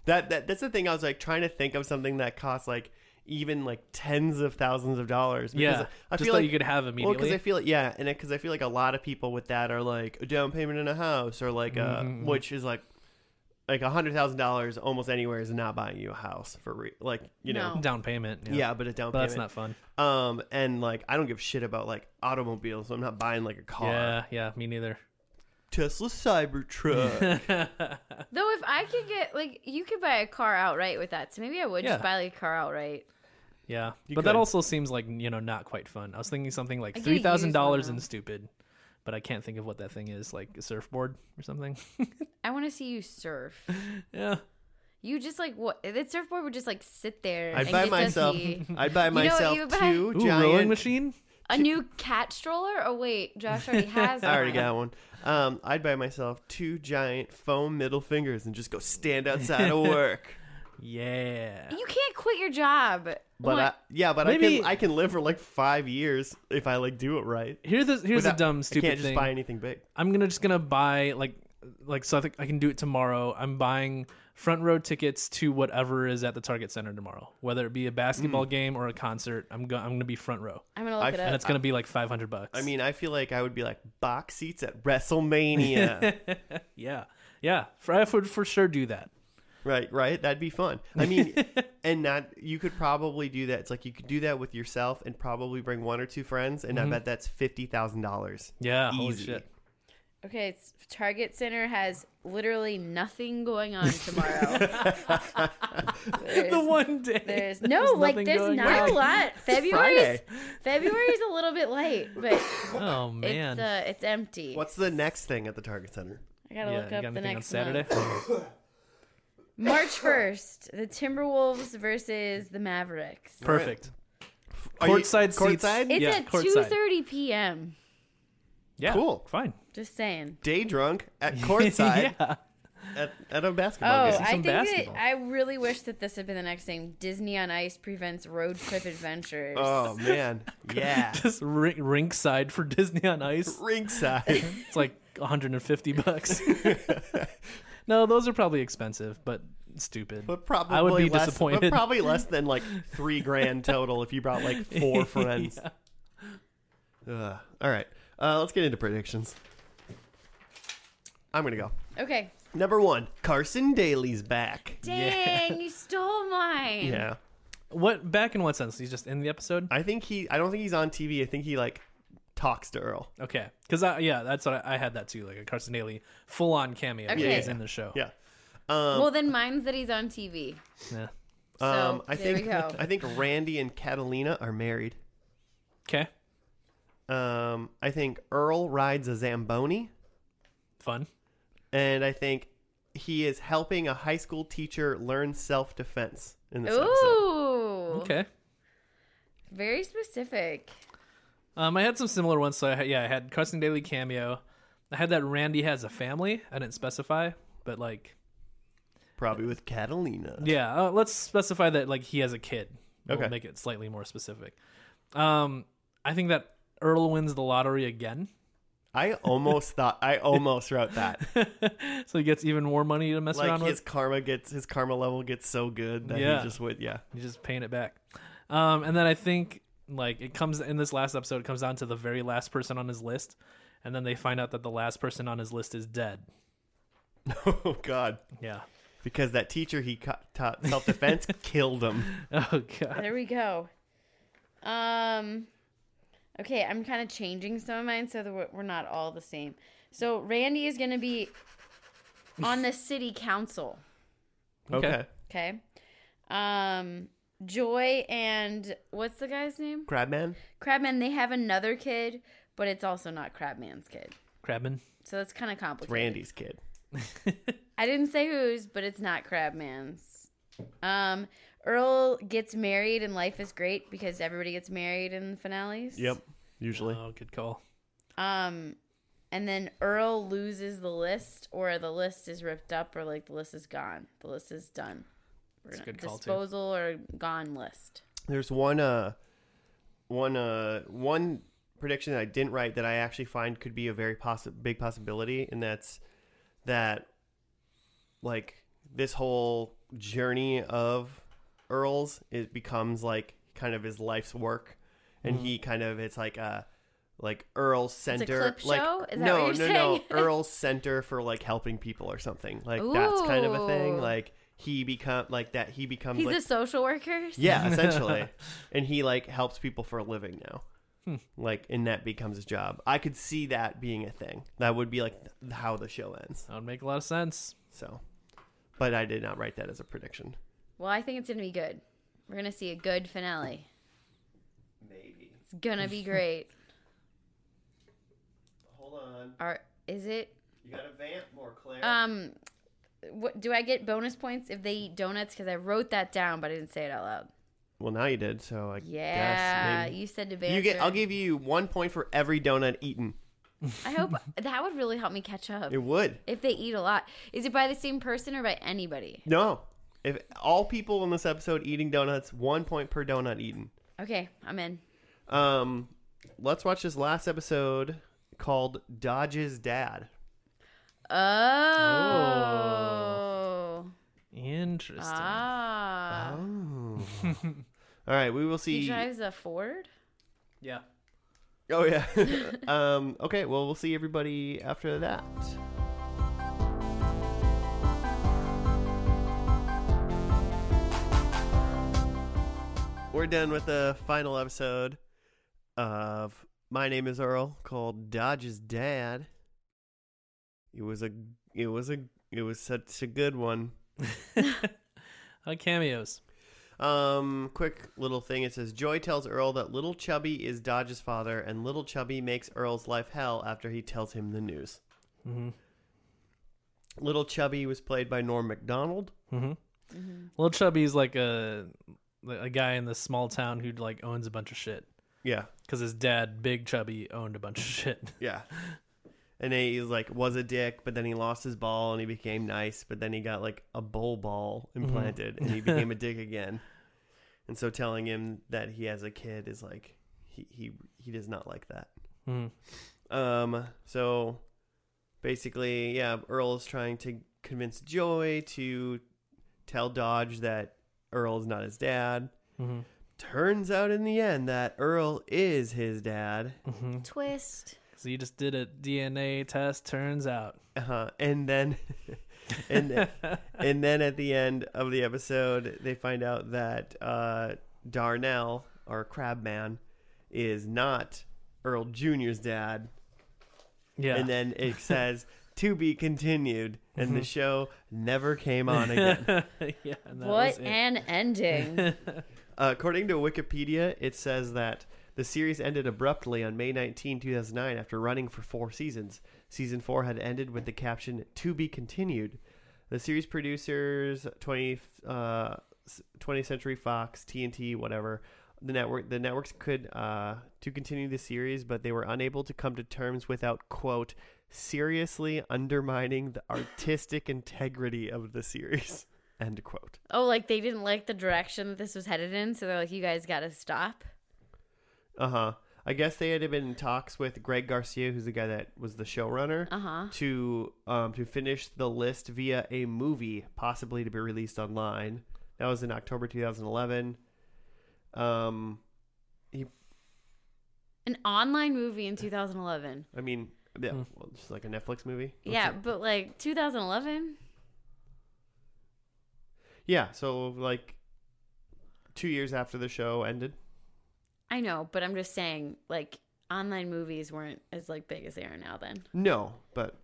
That, that that's the thing. I was like trying to think of something that costs like even like tens of thousands of dollars. because
yeah.
I
just
feel
that
like
you could have
well, because
immediately.
I feel like yeah, and because I feel like a lot of people with that are like a down payment in a house or like uh
Mhm.
which is like like a hundred thousand dollars almost anywhere is not buying you a house for re- like you know
No.
Down payment. Yeah.
yeah. but a down
But that's
payment
not fun.
um and like I don't give a shit about like automobiles, so I'm not buying like a car.
Yeah, yeah, me neither.
Tesla Cybertruck.
Though if I could get like you could buy a car outright with that, so maybe I would
Yeah.
just buy like a car outright.
Yeah.
You
but that
could.
also seems like, you know, not quite fun. I was thinking something like
I get a used one,
$3,000
though.
and stupid, but I can't think of what that thing is, like a surfboard or something.
I want to see you surf.
yeah.
You just like what that surfboard would just like sit there.
I'd
and
buy
get to
myself.
see-
I'd buy
know what
myself
you buy?
two
Ooh, rowing
giant.
machine?
a new cat stroller. Oh wait, Josh already has.
I already
one.
got one. Um, I'd buy myself two giant foam middle fingers and just go stand outside of work.
Yeah.
You can't quit your job.
But I,
What?
yeah, but I
Maybe-
can I can live for like five years if I like do it right.
Here the, here's
Without-
a dumb,
I
stupid
can't just
thing.
buy anything big.
I'm gonna just gonna buy like like so I think I can do it tomorrow. I'm buying front row tickets to whatever is at the Target Center tomorrow, whether it be a
Hmm.
basketball game or a concert. I'm go- I'm gonna be front row,
I'm gonna look
I-
it
and
up.
it's gonna be like 500 bucks.
I mean, I feel like I would be like box seats at WrestleMania.
yeah, yeah, for, I would for sure do that.
right, right. That'd be fun. I mean, and not you could probably do that. It's like you could do that with yourself and probably bring one or two friends, and I bet that's fifty thousand dollars.
Mm-hmm. Yeah, holy
Easy.
shit.
Okay, it's, Target Center has literally nothing going on tomorrow. There's-
The one day
There's
there's
no like
nothing
there's
going
not a
on.
lot. February's February's a little bit late, but
Oh man,
it's uh, it's empty.
What's the next thing at the Target Center?
I gotta
yeah,
look
you
up
got
the
anything on
next
Saturday?
month. March first, the Timberwolves versus the Mavericks.
Perfect.
Are you-
Courtside seats.
courtside?
It's
Yeah,
at
courtside.
two thirty p.m.
Yeah,
Cool.
Fine.
Just saying.
Day drunk at courtside
yeah.
at, at a basketball
Oh,
game.
I
some
think that
basketball.
I really wish that this had been the next thing. Disney on Ice prevents road trip adventures.
Oh man, yeah.
Just rink, rinkside for Disney on Ice.
Ringside.
It's like 150 bucks. no, those are probably expensive, but stupid.
But probably
I would be
less, But
disappointed.
probably less than like three grand total if you brought like four friends. Ugh. All right, uh, let's get into predictions. I'm gonna go.
Okay.
Number one, Carson Daly's back.
Dang, you stole mine.
Yeah,
What back in what sense? He's just in the episode.
I think he. I don't think he's on TV. I think he like talks to Earl.
Okay, because I yeah, that's what I, I had that too. Like a Carson Daly full on cameo.
Okay.
Okay. He's in the show.
Yeah. Um,
well, then mine's that he's on TV.
Yeah.
So
um, I
there
think
we go.
I think Randy and Catalina are married.
Okay.
Um, I think Earl rides a zamboni,
Fun.
and I think he is helping a high school teacher learn self defense in this episode.
Ooh,
Okay.
very specific.
Um, I had some similar ones. So I, had- yeah, I had Carson Daly cameo. I had that Randy has a family. I didn't specify, but like
Probably with Catalina.
yeah, uh, let's specify that like he has a kid. We'll
Okay.
Make it slightly more specific. Um, I think that Earl wins the lottery again,
I almost thought I almost wrote that.
so he gets even more money to mess
Like
around
his
with.
karma gets his karma level gets so good that
Yeah.
he just would yeah.
You just paying it back. Um, and then I think like it comes in this last episode, it comes down to the very last person on his list, and then they find out that the last person on his list is dead.
oh God.
Yeah.
Because that teacher he cu- taught self defense killed him.
Oh god.
There we go. Um, okay, I'm kind of changing some of mine so that we're- we're not all the same. So Randy is gonna be on the city council.
Okay.
Okay. Um, Joy and what's the guy's name?
Crabman.
Crabman. They have another kid, but it's also not Crabman's kid.
Crabman.
So that's kind of complicated.
Randy's kid.
I didn't say whose, but it's not Crabman's. Um, Earl gets married and life is great because everybody gets married in the finales.
Yep. Usually.
Oh, good call.
Um, and then Earl loses the list, or the list is ripped up, or like the list is gone. The list is done. We're
That's a
gonna-
good call, too.
disposal or gone list.
There's one uh one uh one prediction that I didn't write that I actually find could be a very possi- big possibility and that's that like this whole journey of Earl's it becomes like kind of his life's work and he kind of it's like a like Earl Center
clip
like
show? Is that
no
what you're
no no
saying?
Earl Center for like helping people or something like that's kind of a thing
Ooh.
like he become like that he becomes
He's
like
a social worker. so-
yeah, essentially. and he like helps people for a living now. Like, and that becomes his job. I could see that being a thing. That would be like th- how the show ends.
That would make a lot of sense.
So, but I did not write that as a prediction.
Well, I think it's gonna be good. We're gonna see a good finale.
Maybe.
It's gonna be great.
Hold on.
Are is it?
You got to vamp more, Claire.
Um, what do I get bonus points if they eat donuts? Because I wrote that down, but I didn't say it out loud.
well, now you did. So I
Yeah,
guess maybe.
you said to
You get.
banter.
I'll give you one point for every donut eaten.
I hope that would really help me catch up.
It would.
If they eat a lot, is it by the same person or by anybody?
No. If all people in this episode eating donuts, one point per donut eaten.
Okay, I'm in.
Um, let's watch this last episode called Dodge's Dad.
Oh.
Interesting.
Ah.
Oh. All right, we will
He
see.
drives a Ford?
Yeah.
Oh yeah. um, okay, well we'll see everybody after that. We're done with the final episode of My Name Is Earl called Dodge's Dad. It was a it was a it was such a good one.
Uh, cameos.
Um, quick little thing. It says Joy tells Earl that little Chubby is Dodge's father, and little Chubby makes Earl's life hell after he tells him the news.
Mm-hmm.
Little Chubby was played by Norm Macdonald.
Mm-hmm. Little Chubby's like a a guy in this small town who like owns a bunch of shit
Yeah,
because his dad, Big Chubby, owned a bunch of shit.
yeah. And he like was a dick, but then he lost his ball and he became nice. But then he got like a bowl ball implanted, and he became a dick again. And so telling him that he has a kid is like he he he does not like that.
Mhm.
Um, so basically, yeah, Earl is trying to convince Joy to tell Dodge that Earl is not his dad.
Mhm.
Turns out in the end that Earl is his dad.
Mm-hmm.
Twist.
So you just did a DNA test. Turns out.
Uh-huh. And then and then, and then at the end of the episode, they find out that uh, Darnell, our Crabman, is not Earl Junior's dad.
Yeah.
And then it says to be continued, and the show never came on again.
yeah. And that was
What
it.
an ending.
Uh, according to Wikipedia, it says that the series ended abruptly on May 19, 2009, after running for four seasons. Season four had ended with the caption "To be continued." The series producers, 20th, uh, s- 20th Century Fox, TNT, whatever the network, the networks could uh, to continue the series, but they were unable to come to terms without quote seriously undermining the artistic integrity of the series. End quote.
oh, like they didn't like the direction that this was headed in, so they're like, you guys got to stop.
Uh huh. I guess they had been in talks with Greg Garcia, who's the guy that was the showrunner,
Uh huh.
to um, to finish the list via a movie, possibly to be released online. That was in October 2011. Um,
An online movie in 2011.
I mean, yeah,
Hmm.
well, just like a Netflix movie. What's
yeah,
it?
but like 2011?
yeah. So like two years after the show ended.
I know, but I'm just saying, like, online movies weren't as like big as they are now then.
No, but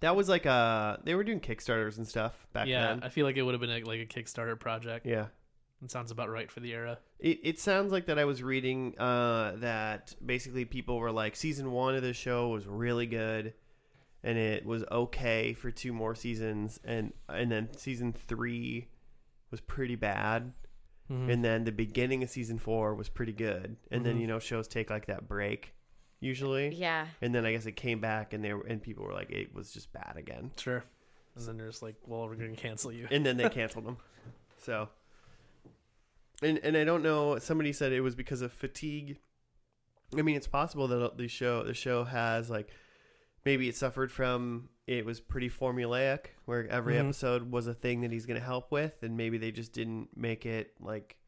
that was like a they were doing Kickstarters and stuff back
yeah,
then.
I feel like it would have been a, like a Kickstarter project.
Yeah.
It sounds about right for the era.
It, it sounds like that I was reading uh, that basically people were like season one of the show was really good, and it was okay for two more seasons, and and then season three was pretty bad,
Mhm.
and then the beginning of season four was pretty good, and then
Mhm.
you know shows take like that break, usually,
Yeah.
and then I guess it came back and they were, and people were like it was just bad again,
Sure. And then they're just like, well, we're going to cancel you.
and then they canceled them. So, and and I don't know. Somebody said it was because of fatigue. I mean, it's possible that the show the show has like maybe it suffered from it was pretty formulaic, where every
Mhm.
episode was a thing that he's going to help with, and maybe they just didn't make it like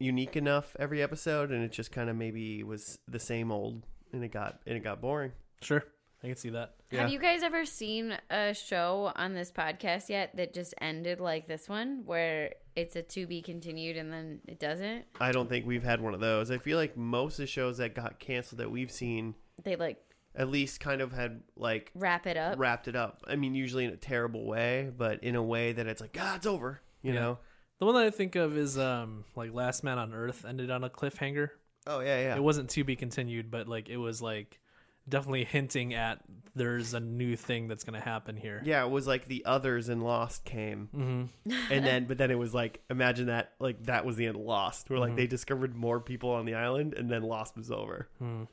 unique enough every episode, and it just kind of maybe was the same old, and it got and it got boring.
Sure. I can see that.
Yeah.
Have you guys ever seen a show on this podcast yet that just ended like this one, where it's a to be continued and then it doesn't?
I don't think we've had one of those. I feel like most of the shows that got canceled that we've seen
They like
at least kind of had like
wrap it up.
wrapped it up. I mean, usually in a terrible way, but in a way that it's like, ah, it's over. You
Yeah.
know?
The one that I think of is um like Last Man on Earth ended on a cliffhanger.
Oh yeah, yeah.
It wasn't to be continued, but like it was like definitely hinting at there's a new thing that's going to happen here.
yeah, it was like the others in Lost came,
Mm-hmm.
and then but then it was like imagine that like that was the end of Lost, where like
Mm-hmm.
they discovered more people on the island, and then Lost was over.
Hmm.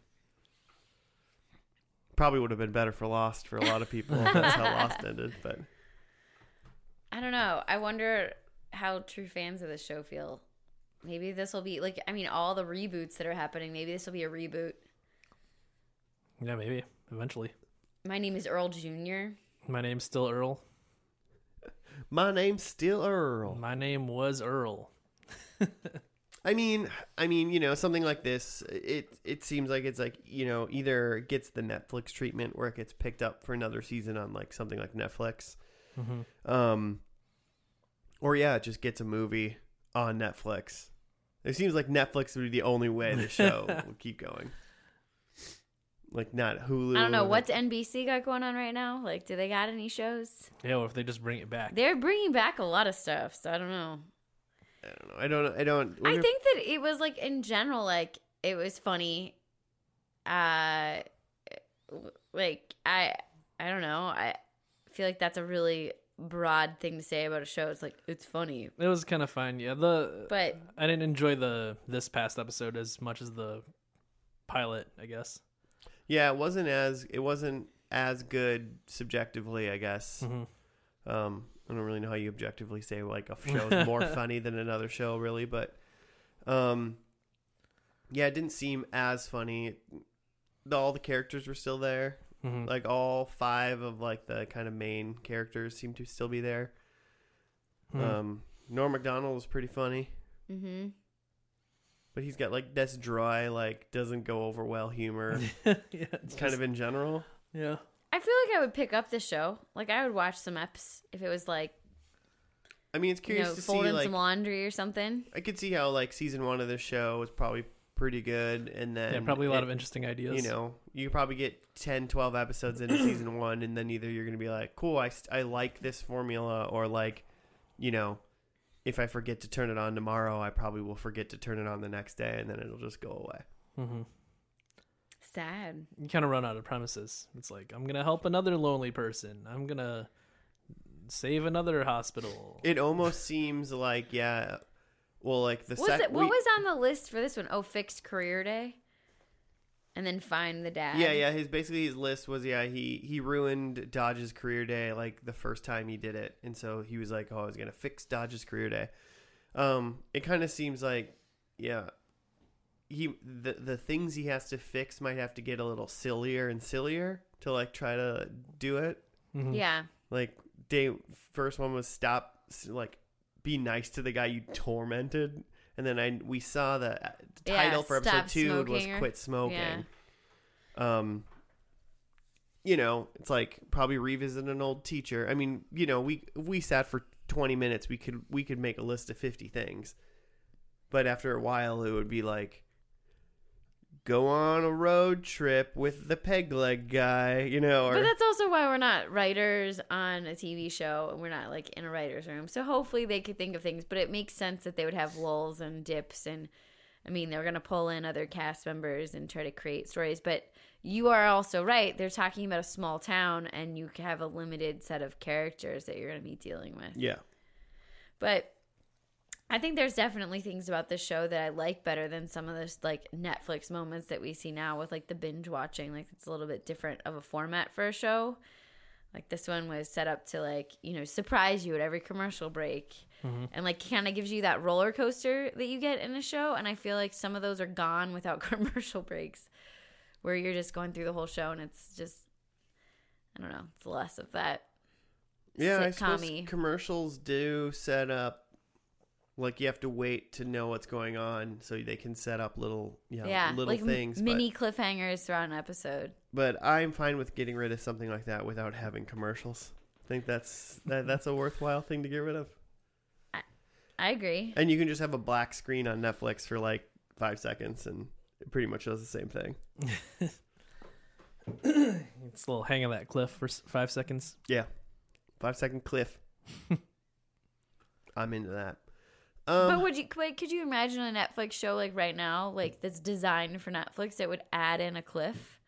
Probably would have been better for Lost for a lot of people. if that's how Lost ended, but
I don't know. I wonder how true fans of this show feel. Maybe this will be like I mean all the reboots that are happening. Maybe this will be a reboot.
Yeah, maybe eventually.
My name is Earl Junior.
My name's still Earl.
my name's still Earl.
My name was Earl.
I mean, I mean, you know, something like this, it it seems like it's like you know either it gets the Netflix treatment where it gets picked up for another season on like something like Netflix,
Mhm.
um, or yeah, it just gets a movie on Netflix. It seems like Netflix would be the only way the show will keep going. Like not Hulu.
I don't know
or-
what's NBC got going on right now. Like, do they got any shows?
Yeah, or if they just bring it back.
They're bringing back a lot of stuff, so I don't know.
I don't know. I don't. know. I don't.
I think that it was like in general, like it was funny. Uh, like I, I don't know. I feel like that's a really broad thing to say about a show. It's like it's funny,
It was kind of fun. Yeah, the
but
I didn't enjoy the this past episode as much as the pilot, I guess.
Yeah, it wasn't as it wasn't as good subjectively, I guess.
Mhm.
Um, I don't really know how you objectively say like a show is more funny than another show, really, but um, yeah, it didn't seem as funny. The- all the characters were still there,
Mhm.
like all five of like the kind of main characters seem to still be there.
Hmm.
Um, Norm Macdonald was pretty funny, Mm-hmm.
hmm
but he's got like that's dry, like doesn't go over well humor,
yeah, it's
kind
just-
of in general.
yeah.
I feel like I would pick up the show. Like I would watch some eps if it was like
I mean, it's
you
curious
know
to see.
folding
Like,
some laundry or something.
I could see how like season one of this show was probably pretty good, and then
yeah, probably a lot
it-
of interesting ideas.
You know, you probably get 10, 12 episodes into season one, and then either you're going to be like, cool, I, st- I like this formula, or like, you know, if I forget to turn it on tomorrow, I probably will forget to turn it on the next day, and then it'll just go away.
hmm
Sad.
you kind of run out of premises. It's like I'm gonna help another lonely person. I'm gonna save another hospital.
It almost seems like, yeah, well, like the
What was
sec-
it? What
we-
was on the list for this one? Oh, fixed career day, and then find the dad.
Yeah, yeah. His basically his list was yeah he he ruined Dodge's career day like the first time he did it, and so he was like, oh, I was gonna fix Dodge's career day. Um, it kind of seems like yeah, he the the things he has to fix might have to get a little sillier and sillier to like try to do it.
Mhm.
Yeah.
Like day first one was stop s- like be nice to the guy you tormented, and then I we saw the uh,
Yeah,
title for episode
stop
two was
smoking or-
quit smoking
Yeah.
um you know it's like probably revisit an old teacher i mean you know we if we sat for 20 minutes we could we could make a list of 50 things but after a while it would be like go on a road trip with the peg leg guy you know
But
or
that's also why we're not writers on a TV show and we're not like in a writer's room. So hopefully they could think of things, but it makes sense that they would have lulls and dips and I mean, they're going to pull in other cast members and try to create stories, but you are also right. They're talking about a small town and you have a limited set of characters that you're going to be dealing with.
yeah
But I think there's definitely things about the show that I like better than some of this like Netflix moments that we see now with like the binge watching. Like it's a little bit different of a format for a show. Like this one was set up to like, you know, surprise you at every commercial break.
Mm-hmm.
And like kind of gives you that roller coaster that you get in a show and I feel like some of those are gone without commercial breaks where you're just going through the whole show and it's just I don't know, it's less of that.
yeah i suppose
sitcom-y.
commercials do set up like you have to wait to know what's going on so they can set up little you know,
yeah,
little
like m-
things but-
mini cliffhangers throughout an episode.
but I'm fine with getting rid of something like that without having commercials. I think that's that, that's a worthwhile thing to get rid of.
I agree.
And you can just have a black screen on Netflix for like five seconds, and it pretty much does the same thing.
It's a little hang of that cliff for s- five seconds.
Five second cliff. I'm into that.
but
Um,
would you like, could you imagine a Netflix show like right now, like that's designed for Netflix that would add in a cliff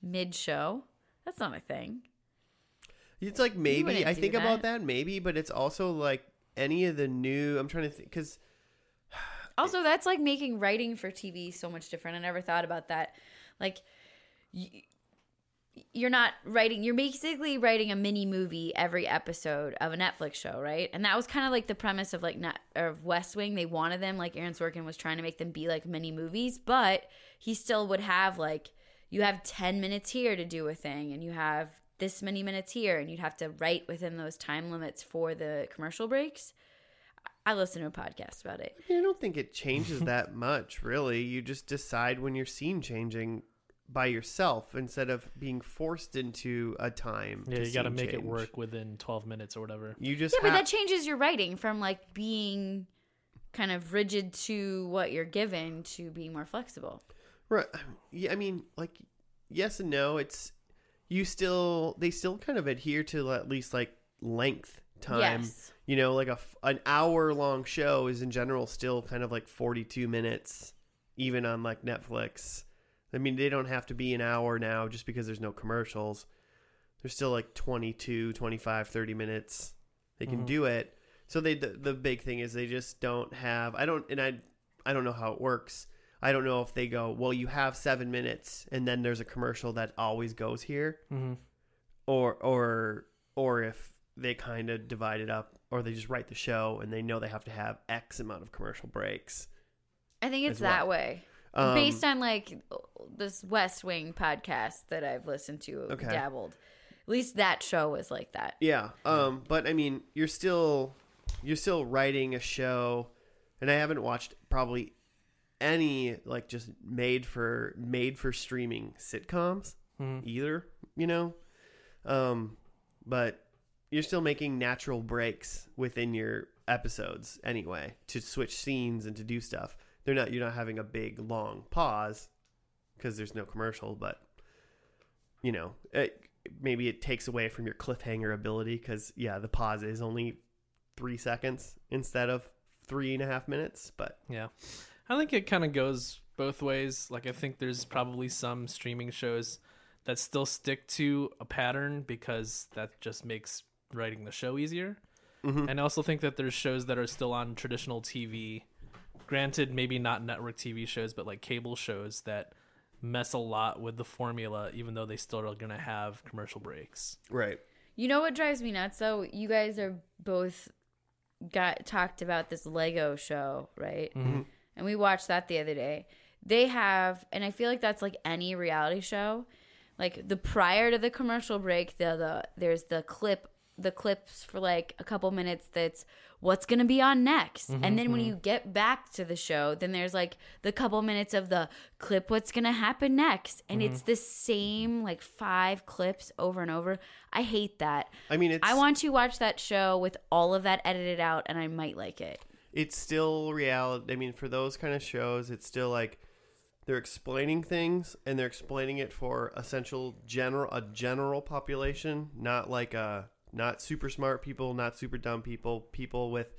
mid show? That's not a thing.
it's like maybe
wouldn't
I
do
think about
that.
that maybe, but it's also like any of the new. I'm trying to think because
Also, that's like making writing for TV so much different. I never thought about that. Like, y- you're not writing, you're basically writing a mini movie every episode of a Netflix show, right? And that was kind of like the premise of like net, of West Wing. They wanted them, like Aaron Sorkin was trying to make them be like mini movies, but he still would have like, you have 10 minutes here to do a thing, and you have this many minutes here, and you'd have to write within those time limits for the commercial breaks. I I listened to a podcast about it.
I don't think it changes that much, really. You just decide when you're scene changing by yourself instead of being forced into a time.
Yeah,
to
you got to
scene
make it
change.
work within 12 minutes or whatever.
You just
Yeah, but
ha-
that changes your writing from like being kind of rigid to what you're given to being more flexible.
Right. Yeah, I mean, like, yes and no. It's you still they still kind of adhere to at least like length time.
Yes.
You know, like a f- an hour long show is in general still kind of like forty two minutes, even on like Netflix. I mean, they don't have to be an hour now just because there's no commercials. They're still like 22, 25, 30 minutes. They can
Mhm.
do it. So they the, the big thing is they just don't have I don't and I I don't know how it works. I don't know if they go, well, you have seven minutes, and then there's a commercial that always goes here,
Mm-hmm.
or or or if they kind of divide it up, or they just write the show and they know they have to have X amount of commercial breaks.
I think it's
As well.
that way.
Um,
Based on like this West Wing podcast that I've listened to
Okay.
dabbled. At least that show was like that.
Yeah. Um, but I mean, you're still you're still writing a show, and I haven't watched probably any like just made for made for streaming sitcoms
Mhm.
either. You know, Um, but you're still making natural breaks within your episodes anyway to switch scenes and to do stuff. They're not you're not having a big long pause because there's no commercial, but you know it, maybe it takes away from your cliffhanger ability because yeah, the pause is only three seconds instead of three and a half minutes, but
Yeah. I think it kind of goes both ways. Like, I think there's probably some streaming shows that still stick to a pattern because that just makes writing the show easier. And I also think that there's shows that are still on traditional TV. Granted, maybe not network TV shows, but like cable shows that mess a lot with the formula, even though they still are going to have commercial breaks.
right.
You know what drives me nuts though? You guys are both got talked about this Lego show, right?
Mm-hmm.
And we watched that the other day. They have, and I feel like that's like any reality show. Like the prior to the commercial break, the, the there's the clip, the clips for like a couple minutes. That's what's gonna be on next, and then when you get back to the show, then there's like the couple minutes of the clip. What's gonna happen next? And it's the same like five clips over and over. I hate that.
I mean, it's
I want to watch that show with all of that edited out, and I might like it.
it's still reality. I mean, for those kind of shows, it's still like they're explaining things and they're explaining it for essential general a general population, not like a not super smart people, not super dumb people, people with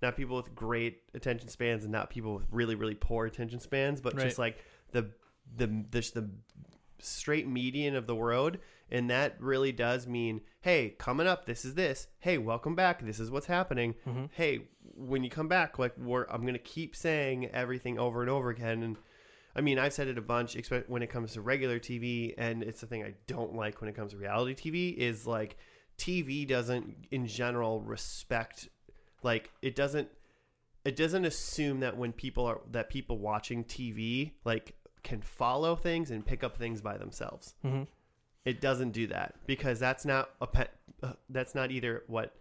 not people with great attention spans and not people with really really poor attention spans, but just like the the the, the straight median of the world and that really does mean hey coming up this is this hey welcome back this is what's happening hey when you come back like we're i'm gonna keep saying everything over and over again and i mean i've said it a bunch except when it comes to regular tv and it's the thing i don't like when it comes to reality tv is like tv doesn't in general respect like it doesn't it doesn't assume that when people are that people watching TV like can follow things and pick up things by themselves.
Mhm.
It doesn't do that because that's not a pe- uh, that's not either what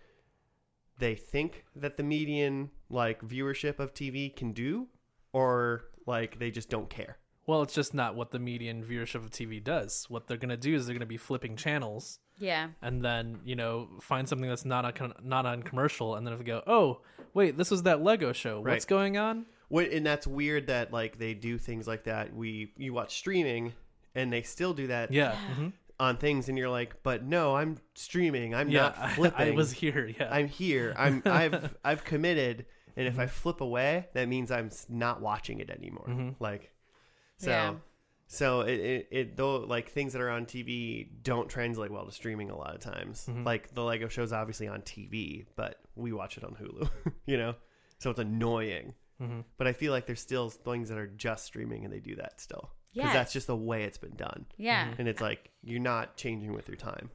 they think that the median like viewership of TV can do or like they just don't care.
Well, it's just not what the median viewership of TV does. What they're going to do is they're going to be flipping channels
Yeah.
and then you know find something that's not on not on commercial, and then if they go, oh wait, this was that Lego show. What's
Right.
going on?
Wh- and that's weird that like they do things like that. We you watch streaming and they still do that
Yeah,
Mm-hmm.
mhm.
on things and you're like, "But no, I'm streaming. I'm
yeah.
not
I-
flipping."
I, was here. Yeah,
I'm here. I'm I've I've committed, and if I flip away, that means I'm s- not watching it anymore. Like, so
Yeah.
so it, it it though like things that are on TV don't translate well to streaming a lot of times. Like the Lego show's obviously on TV, but we watch it on Hulu. you know, so it's annoying. But I feel like there's still things that are just streaming, and they do that still. Because
Yes.
that's just the way it's been done.
Yeah.
And it's like you're not changing with your time.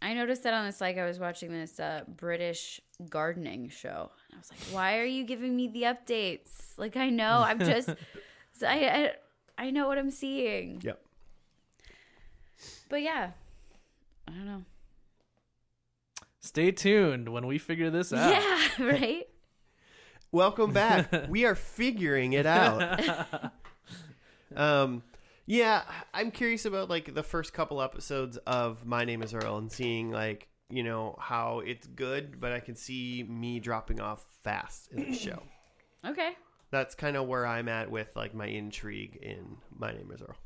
I noticed that on this, like, I was watching this uh, British gardening show. And I was like, why are you giving me the updates? Like, I know. I'm just, so I, I, I know what I'm seeing.
Yep.
But yeah, I don't know.
stay tuned when we figure this out.
Yeah, right?
Welcome back. we are figuring it out. um, yeah, I'm curious about like the first couple episodes of My Name Is Earl and seeing like you know how it's good, but I can see me dropping off fast in the show.
Okay.
That's kind of where I'm at with like my intrigue in My Name Is Earl.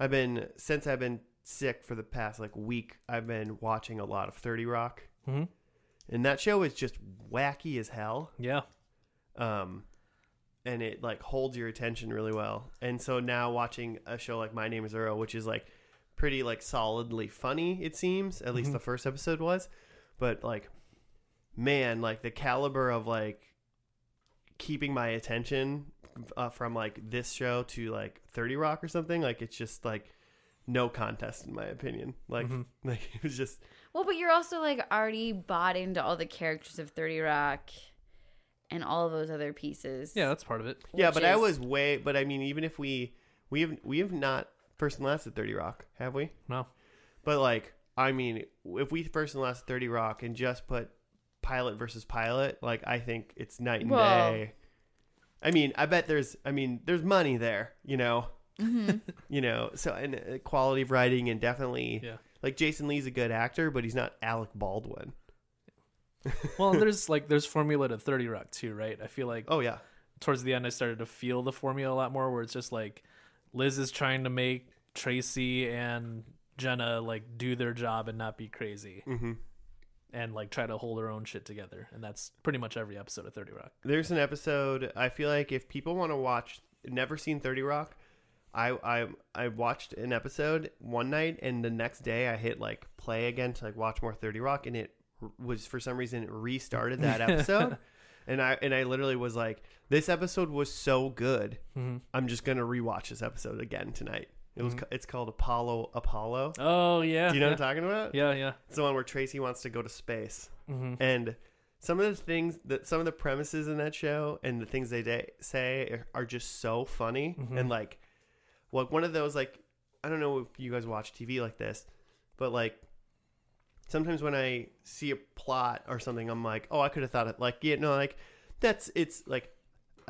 I've been since I've been sick for the past like week. I've been watching a lot of Thirty Rock,
Mhm.
and that show is just wacky as hell
Yeah,
um, and it like holds your attention really well. And so now watching a show like My Name Is Earl, which is like pretty like solidly funny, it seems. At least the first episode was, but like, man, like the caliber of like keeping my attention uh, from like this show to like Thirty Rock or something. Like it's just like no contest in my opinion. Like like it was just
Well, but you're also, like, already bought into all the characters of 30 Rock and all of those other pieces.
yeah, that's part of it.
yeah,
which
but I
is-
was way. But I mean, even if we we have we have not first and last at Thirty Rock, have we?
No,
But like, I mean, if we first and last at Thirty Rock and just put pilot versus pilot, like I think it's night and
Whoa.
day. I mean, I bet there's I mean, there's money there, you know. you know, so and uh, quality of writing and definitely
Yeah.
Like Jason Lee's a good actor, but he's not Alec Baldwin.
Well, and there's like there's formula to Thirty Rock too, right? I feel like
Oh yeah.
towards the end I started to feel the formula a lot more, where it's just like Liz is trying to make Tracy and Jenna like do their job and not be crazy,
Mm-hmm.
and like try to hold her own shit together, and that's pretty much every episode of Thirty Rock.
There's an episode. I feel like if people want to watch, never seen Thirty Rock. I, I I watched an episode one night, and the next day I hit like play again to like watch more Thirty Rock, and it r- was for some reason it restarted that episode, and I and I literally was like, this episode was so good,
Mm-hmm.
I'm just gonna rewatch this episode again tonight. It was ca- it's called Apollo Apollo.
Oh yeah,
Do you know
yeah.
what I'm talking about?
Yeah, yeah.
It's the one where Tracy wants to go to space,
Mhm.
and some of the things that some of the premises in that show and the things they da- say are- are just so funny and like, like one of those like I don't know if you guys watch TV like this, but like sometimes when I see a plot or something, I'm like, oh, I could have thought it like yeah, no, like that's it's like.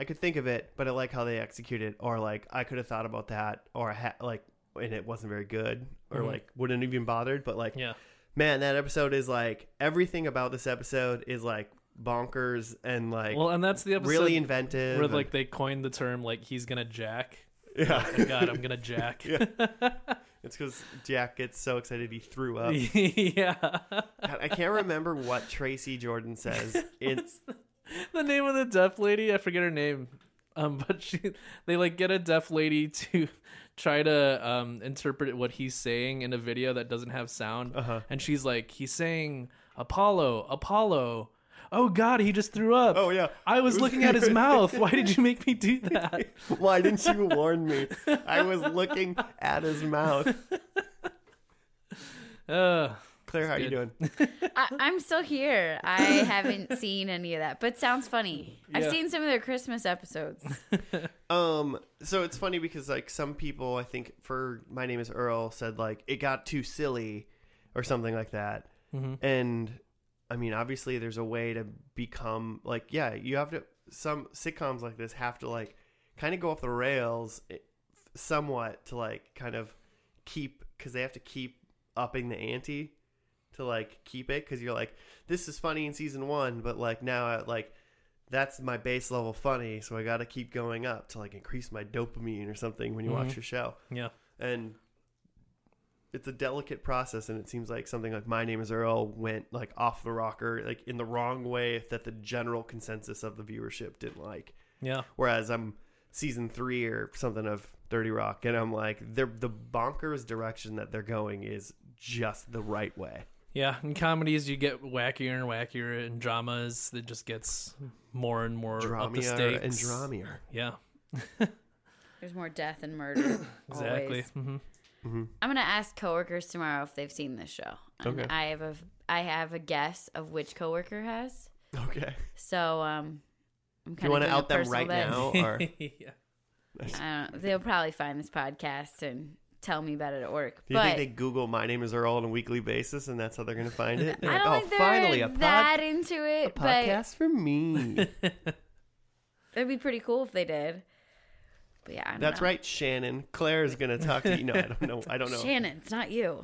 I could think of it, but I like how they execute it, or like I could have thought about that, or I ha- like, and it wasn't very good, or
Mhm.
like wouldn't even bothered, but like
Yeah.
man, that episode is like everything about this episode is like bonkers and like
Well, and that's the episode
really inventive.
where
and-
like they coined the term like he's gonna jack.
yeah,
Oh my God, I'm gonna jack.
Yeah. it's because Jack gets so excited he threw up.
yeah.
God, I can't remember what Tracy Jordan says. It's
the name of the deaf lady, I forget her name. Um, but she, they like get a deaf lady to try to um interpret what he's saying in a video that doesn't have sound,
Uh-huh.
and she's like, he's saying Apollo, Apollo. Oh God, he just threw up.
Oh, yeah.
I was looking at his mouth. Why did you make me do that?
why didn't you warn me? I was looking at his mouth.
Uh,
Claire, how you
good.
doing?
I, I'm still here. I haven't seen any of that, but sounds funny.
Yeah.
I've seen some of their Christmas episodes.
Um, so it's funny because like some people, I think for my name is Earl said like it got too silly or something like that.
Mhm.
And I mean, obviously there's a way to become like, yeah, you have to, some sitcoms like this have to like kind of go off the rails eh, somewhat to like kind of keep, cause they have to keep upping the ante to like keep it. Cause you're like, this is funny in season one, but like now at like, that's my base level funny, so I got to keep going up to like increase my dopamine or something when you
Mm-hmm.
watch your show.
yeah.
And it's a delicate process, and it seems like something like My Name Is Earl went like off the rocker, like in the wrong way that the general consensus of the viewership didn't like.
Yeah.
Whereas I'm season three or something of Dirty Rock, and I'm like, they're, the bonkers direction that they're going is just the right way.
Yeah, in comedies you get wackier and wackier, and dramas it just gets more and more up the
Dramier
stakes.
and dramier.
Yeah,
There's more death and murder.
exactly.
always.
hmm
I'm gonna ask coworkers tomorrow if they've seen this show. And
Okay.
I have a I have a guess of which coworker has.
Okay.
So um,
Do
I'm
you
kind of
want to out them right now? Or?
yeah.
I don't, they'll probably find this podcast and tell me about it at work.
Do you
but
think they Google "My name is Earl" on a weekly basis, and that's how they're going to find it? They're
I
like,
don't
oh,
think they're
finally a, pod-
that into
a
it. But
podcast for me.
it'd be pretty cool if they did. But yeah, I don't
that's
know.
right, Shannon. Claire's going to talk to you. No, I don't know. I don't know.
Shannon, it's not you.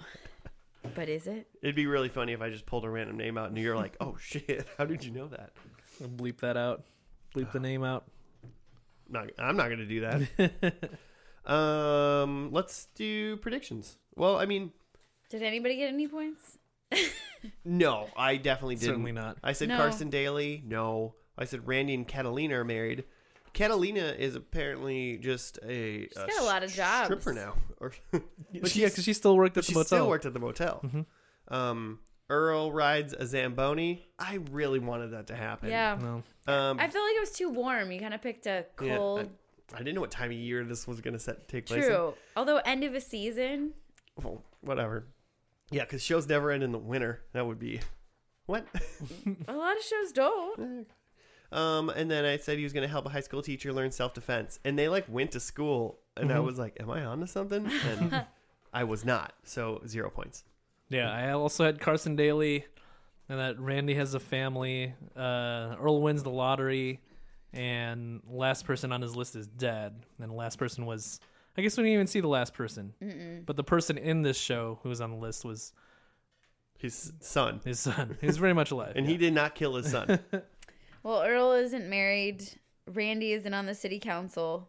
But is it?
It'd be really funny if I just pulled a random name out, and you're like, "Oh shit, how did you know that?"
I'll bleep that out. Bleep
Uh,
the name out.
Not, I'm not going to do that. um, let's do predictions. Well, I mean,
Did anybody get any points?
no, I definitely didn't.
Certainly not.
I said
No.
Carson Daly. No, I said Randy and Catalina are married. Catalina is apparently just a, she's
got a lot of jobs.
stripper now, or
But
but
yeah, because she still worked at
she
the motel. Mm-hmm.
still worked at the motel. Um, Earl rides a zamboni. I really wanted that to happen.
Yeah.
No.
um,
I felt like it was too warm. You kind of picked a
yeah,
cold.
I, I didn't know what time of year this was going to set take place. in.
True. Although end of a season.
Well, whatever. Yeah, because shows never end in the winter. That would be what.
A lot of shows don't.
Um, and then I said he was going to help a high school teacher learn self defense, and they like went to school, and I was like, "Am I onto something?" And I was not. So zero points.
Yeah, I also had Carson Daly, and that Randy has a family. Uh, Earl wins the lottery, and last person on his list is dead. And the last person was I guess we didn't even see the last person,
Mm-mm.
but the person in this show who was on the list was
His son.
his son. He's very much alive.
And he did not kill his son.
Well, Earl isn't married. Randy isn't on the city council.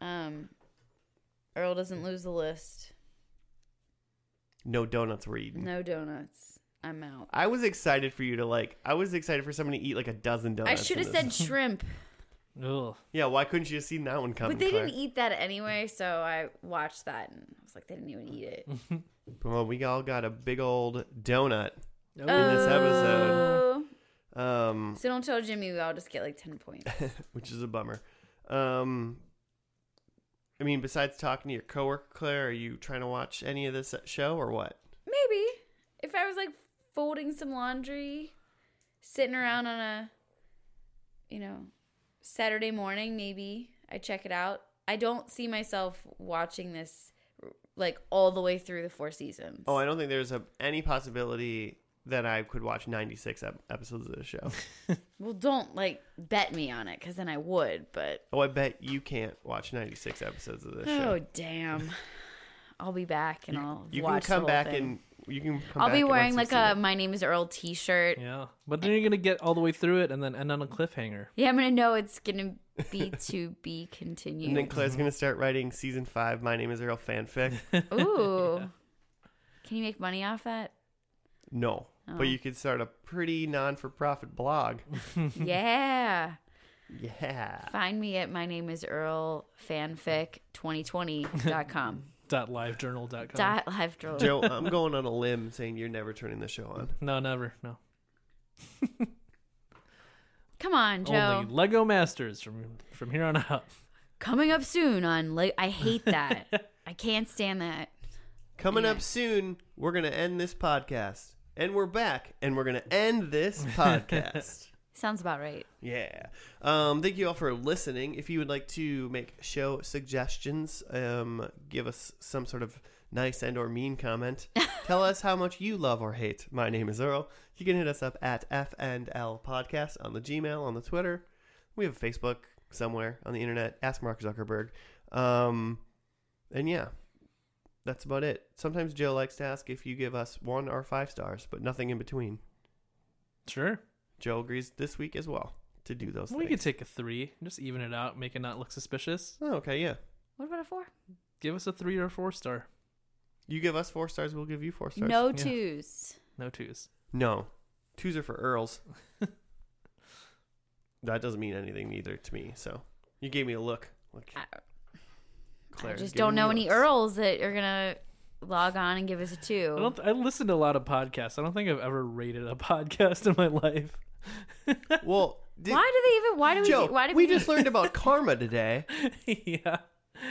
Um, Earl doesn't lose the list.
no donuts were eaten.
No donuts. I'm out.
I was excited for you to like. I was excited for someone to eat like a dozen
I
donuts.
should have
in this.
said shrimp,
yeah. Ugh.
Yeah, why couldn't you have seen that one coming?
but they
Claire?
didn't eat that anyway. So I watched that and I was like, they didn't even eat it.
Well, we all got a big old donut.
Oh.
episode. Um,
Oh. So don't tell Jimmy. We all just get like ten points.
which is a bummer. Um, I mean, besides talking to your coworker, Claire, are you trying to watch any of this show or what?
Maybe if I was like folding some laundry, sitting around on a, you know, Saturday morning, maybe I check it out. I don't see myself watching this like all the way through the four seasons.
Oh, I don't think there's a, any possibility that I could watch 96 ep- episodes of this show.
well, don't like bet me on it because then I would. But
oh, I bet you can't watch 96 episodes of this
oh
show.
damn, I'll be back and I'll
You can
watch.
come
the whole
back
thing.
and you can. Come
I'll
back
be
and
wearing
once
like
you've
a
seen
"My Name Is Earl" T-shirt.
Yeah, but then you're gonna get all the way through it and then end on a cliffhanger.
Yeah, I'm gonna know it's gonna be to be continued.
it. And then Claire's gonna start writing season five. My name is Earl fanfic.
Ooh. Can you make money off that?
No,
Oh.
but you could start a pretty non-for-profit blog.
yeah.
yeah.
Find me at my name is Earl fanfic 2020.com.
Dot livejournal.com.
Dot live drill.
Joe, I'm going on a limb saying you're never turning the show on.
no, never. No.
Come on, Joe.
Only Lego Masters from from here on out.
Coming up soon on Le- I hate that. I can't stand that.
Coming
Yeah.
up soon, we're gonna end this podcast, and we're back, and we're gonna end this podcast.
Sounds about right.
Yeah. Um, thank you all for listening. If you would like to make show suggestions, um, give us some sort of nice and or mean comment. Tell us how much you love or hate. My name is Earl. You can hit us up at FNL Podcast on the Gmail, on the Twitter. We have a Facebook somewhere on the internet. Ask Mark Zuckerberg. Um, and yeah, that's about it. Sometimes Joe likes to ask if you give us one or five stars, but nothing in between.
Sure.
Joe agrees this week as well to do those
We
things.
could take a three, just even it out, make it not look suspicious.
Oh, okay, yeah.
What about a four?
Give us a three or a four star.
You give us four stars, we'll give you four stars.
No
Yeah.
twos.
No twos.
No. Twos are for Earls. that doesn't mean anything either to me, so. You gave me a look. Like,
I- I
Claire's
just
giving
don't know
me
any
looks.
Earls that are going to log on and give us a two.
I don't. I listen to a lot of podcasts. I don't think I've ever rated a podcast in my life.
Well, did,
why do they even? Why do we?
Joe,
why do
we just learned about karma today.
yeah.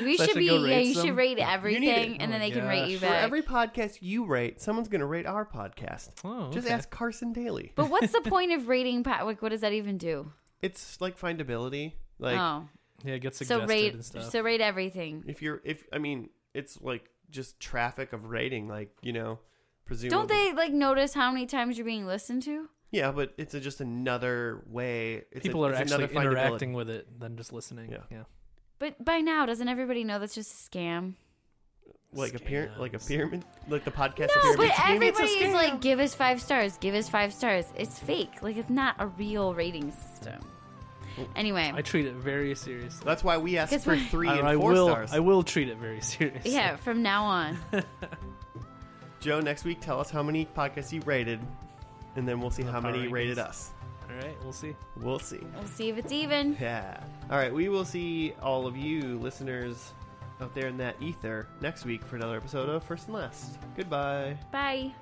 We
So I
should
should
be.
go
Yeah,
rate
you should
some?
rate everything,
it.
and
Oh my
then they can rate
gosh.
you
For
For
back.
every podcast you rate, someone's going to rate our podcast.
Oh,
Just
okay.
ask Carson Daly.
but what's the point of rating? Pa- like, what does that even do?
It's like findability. Like,
oh,
Yeah, get suggested
so rate.
and stuff.
So rate everything.
if you're, if, I mean, it's like just traffic of rating, like, you know, presumably.
Don't they like notice how many times you're being listened to?
Yeah, but it's a, just another way. It's a-
People are
it's another
actually
findability.
interacting with it than just listening.
Yeah.
yeah.
But by now, doesn't everybody know that's just a scam?
like a pyra- like a
Scams.
pyramid, like the podcast. pyramid
No, but
scheme. It's a
everybody is
scam.
like, give us five stars, give us five stars. It's fake. Like, it's not a real rating system. Anyway,
I treat it very seriously.
That's why we asked
Guess
for
what?
three
I,
and
I
four
will.
stars.
I will treat it very seriously.
yeah, from now on,
Joe, next week, tell us how many podcasts you rated, and then we'll see
The
how
Power
many
Rankings.
rated us.
All right. We'll see.
We'll see.
we'll see if it's even.
Yeah. All right. We will see all of you listeners out there in that ether next week for another episode of First and Last. Goodbye.
Bye.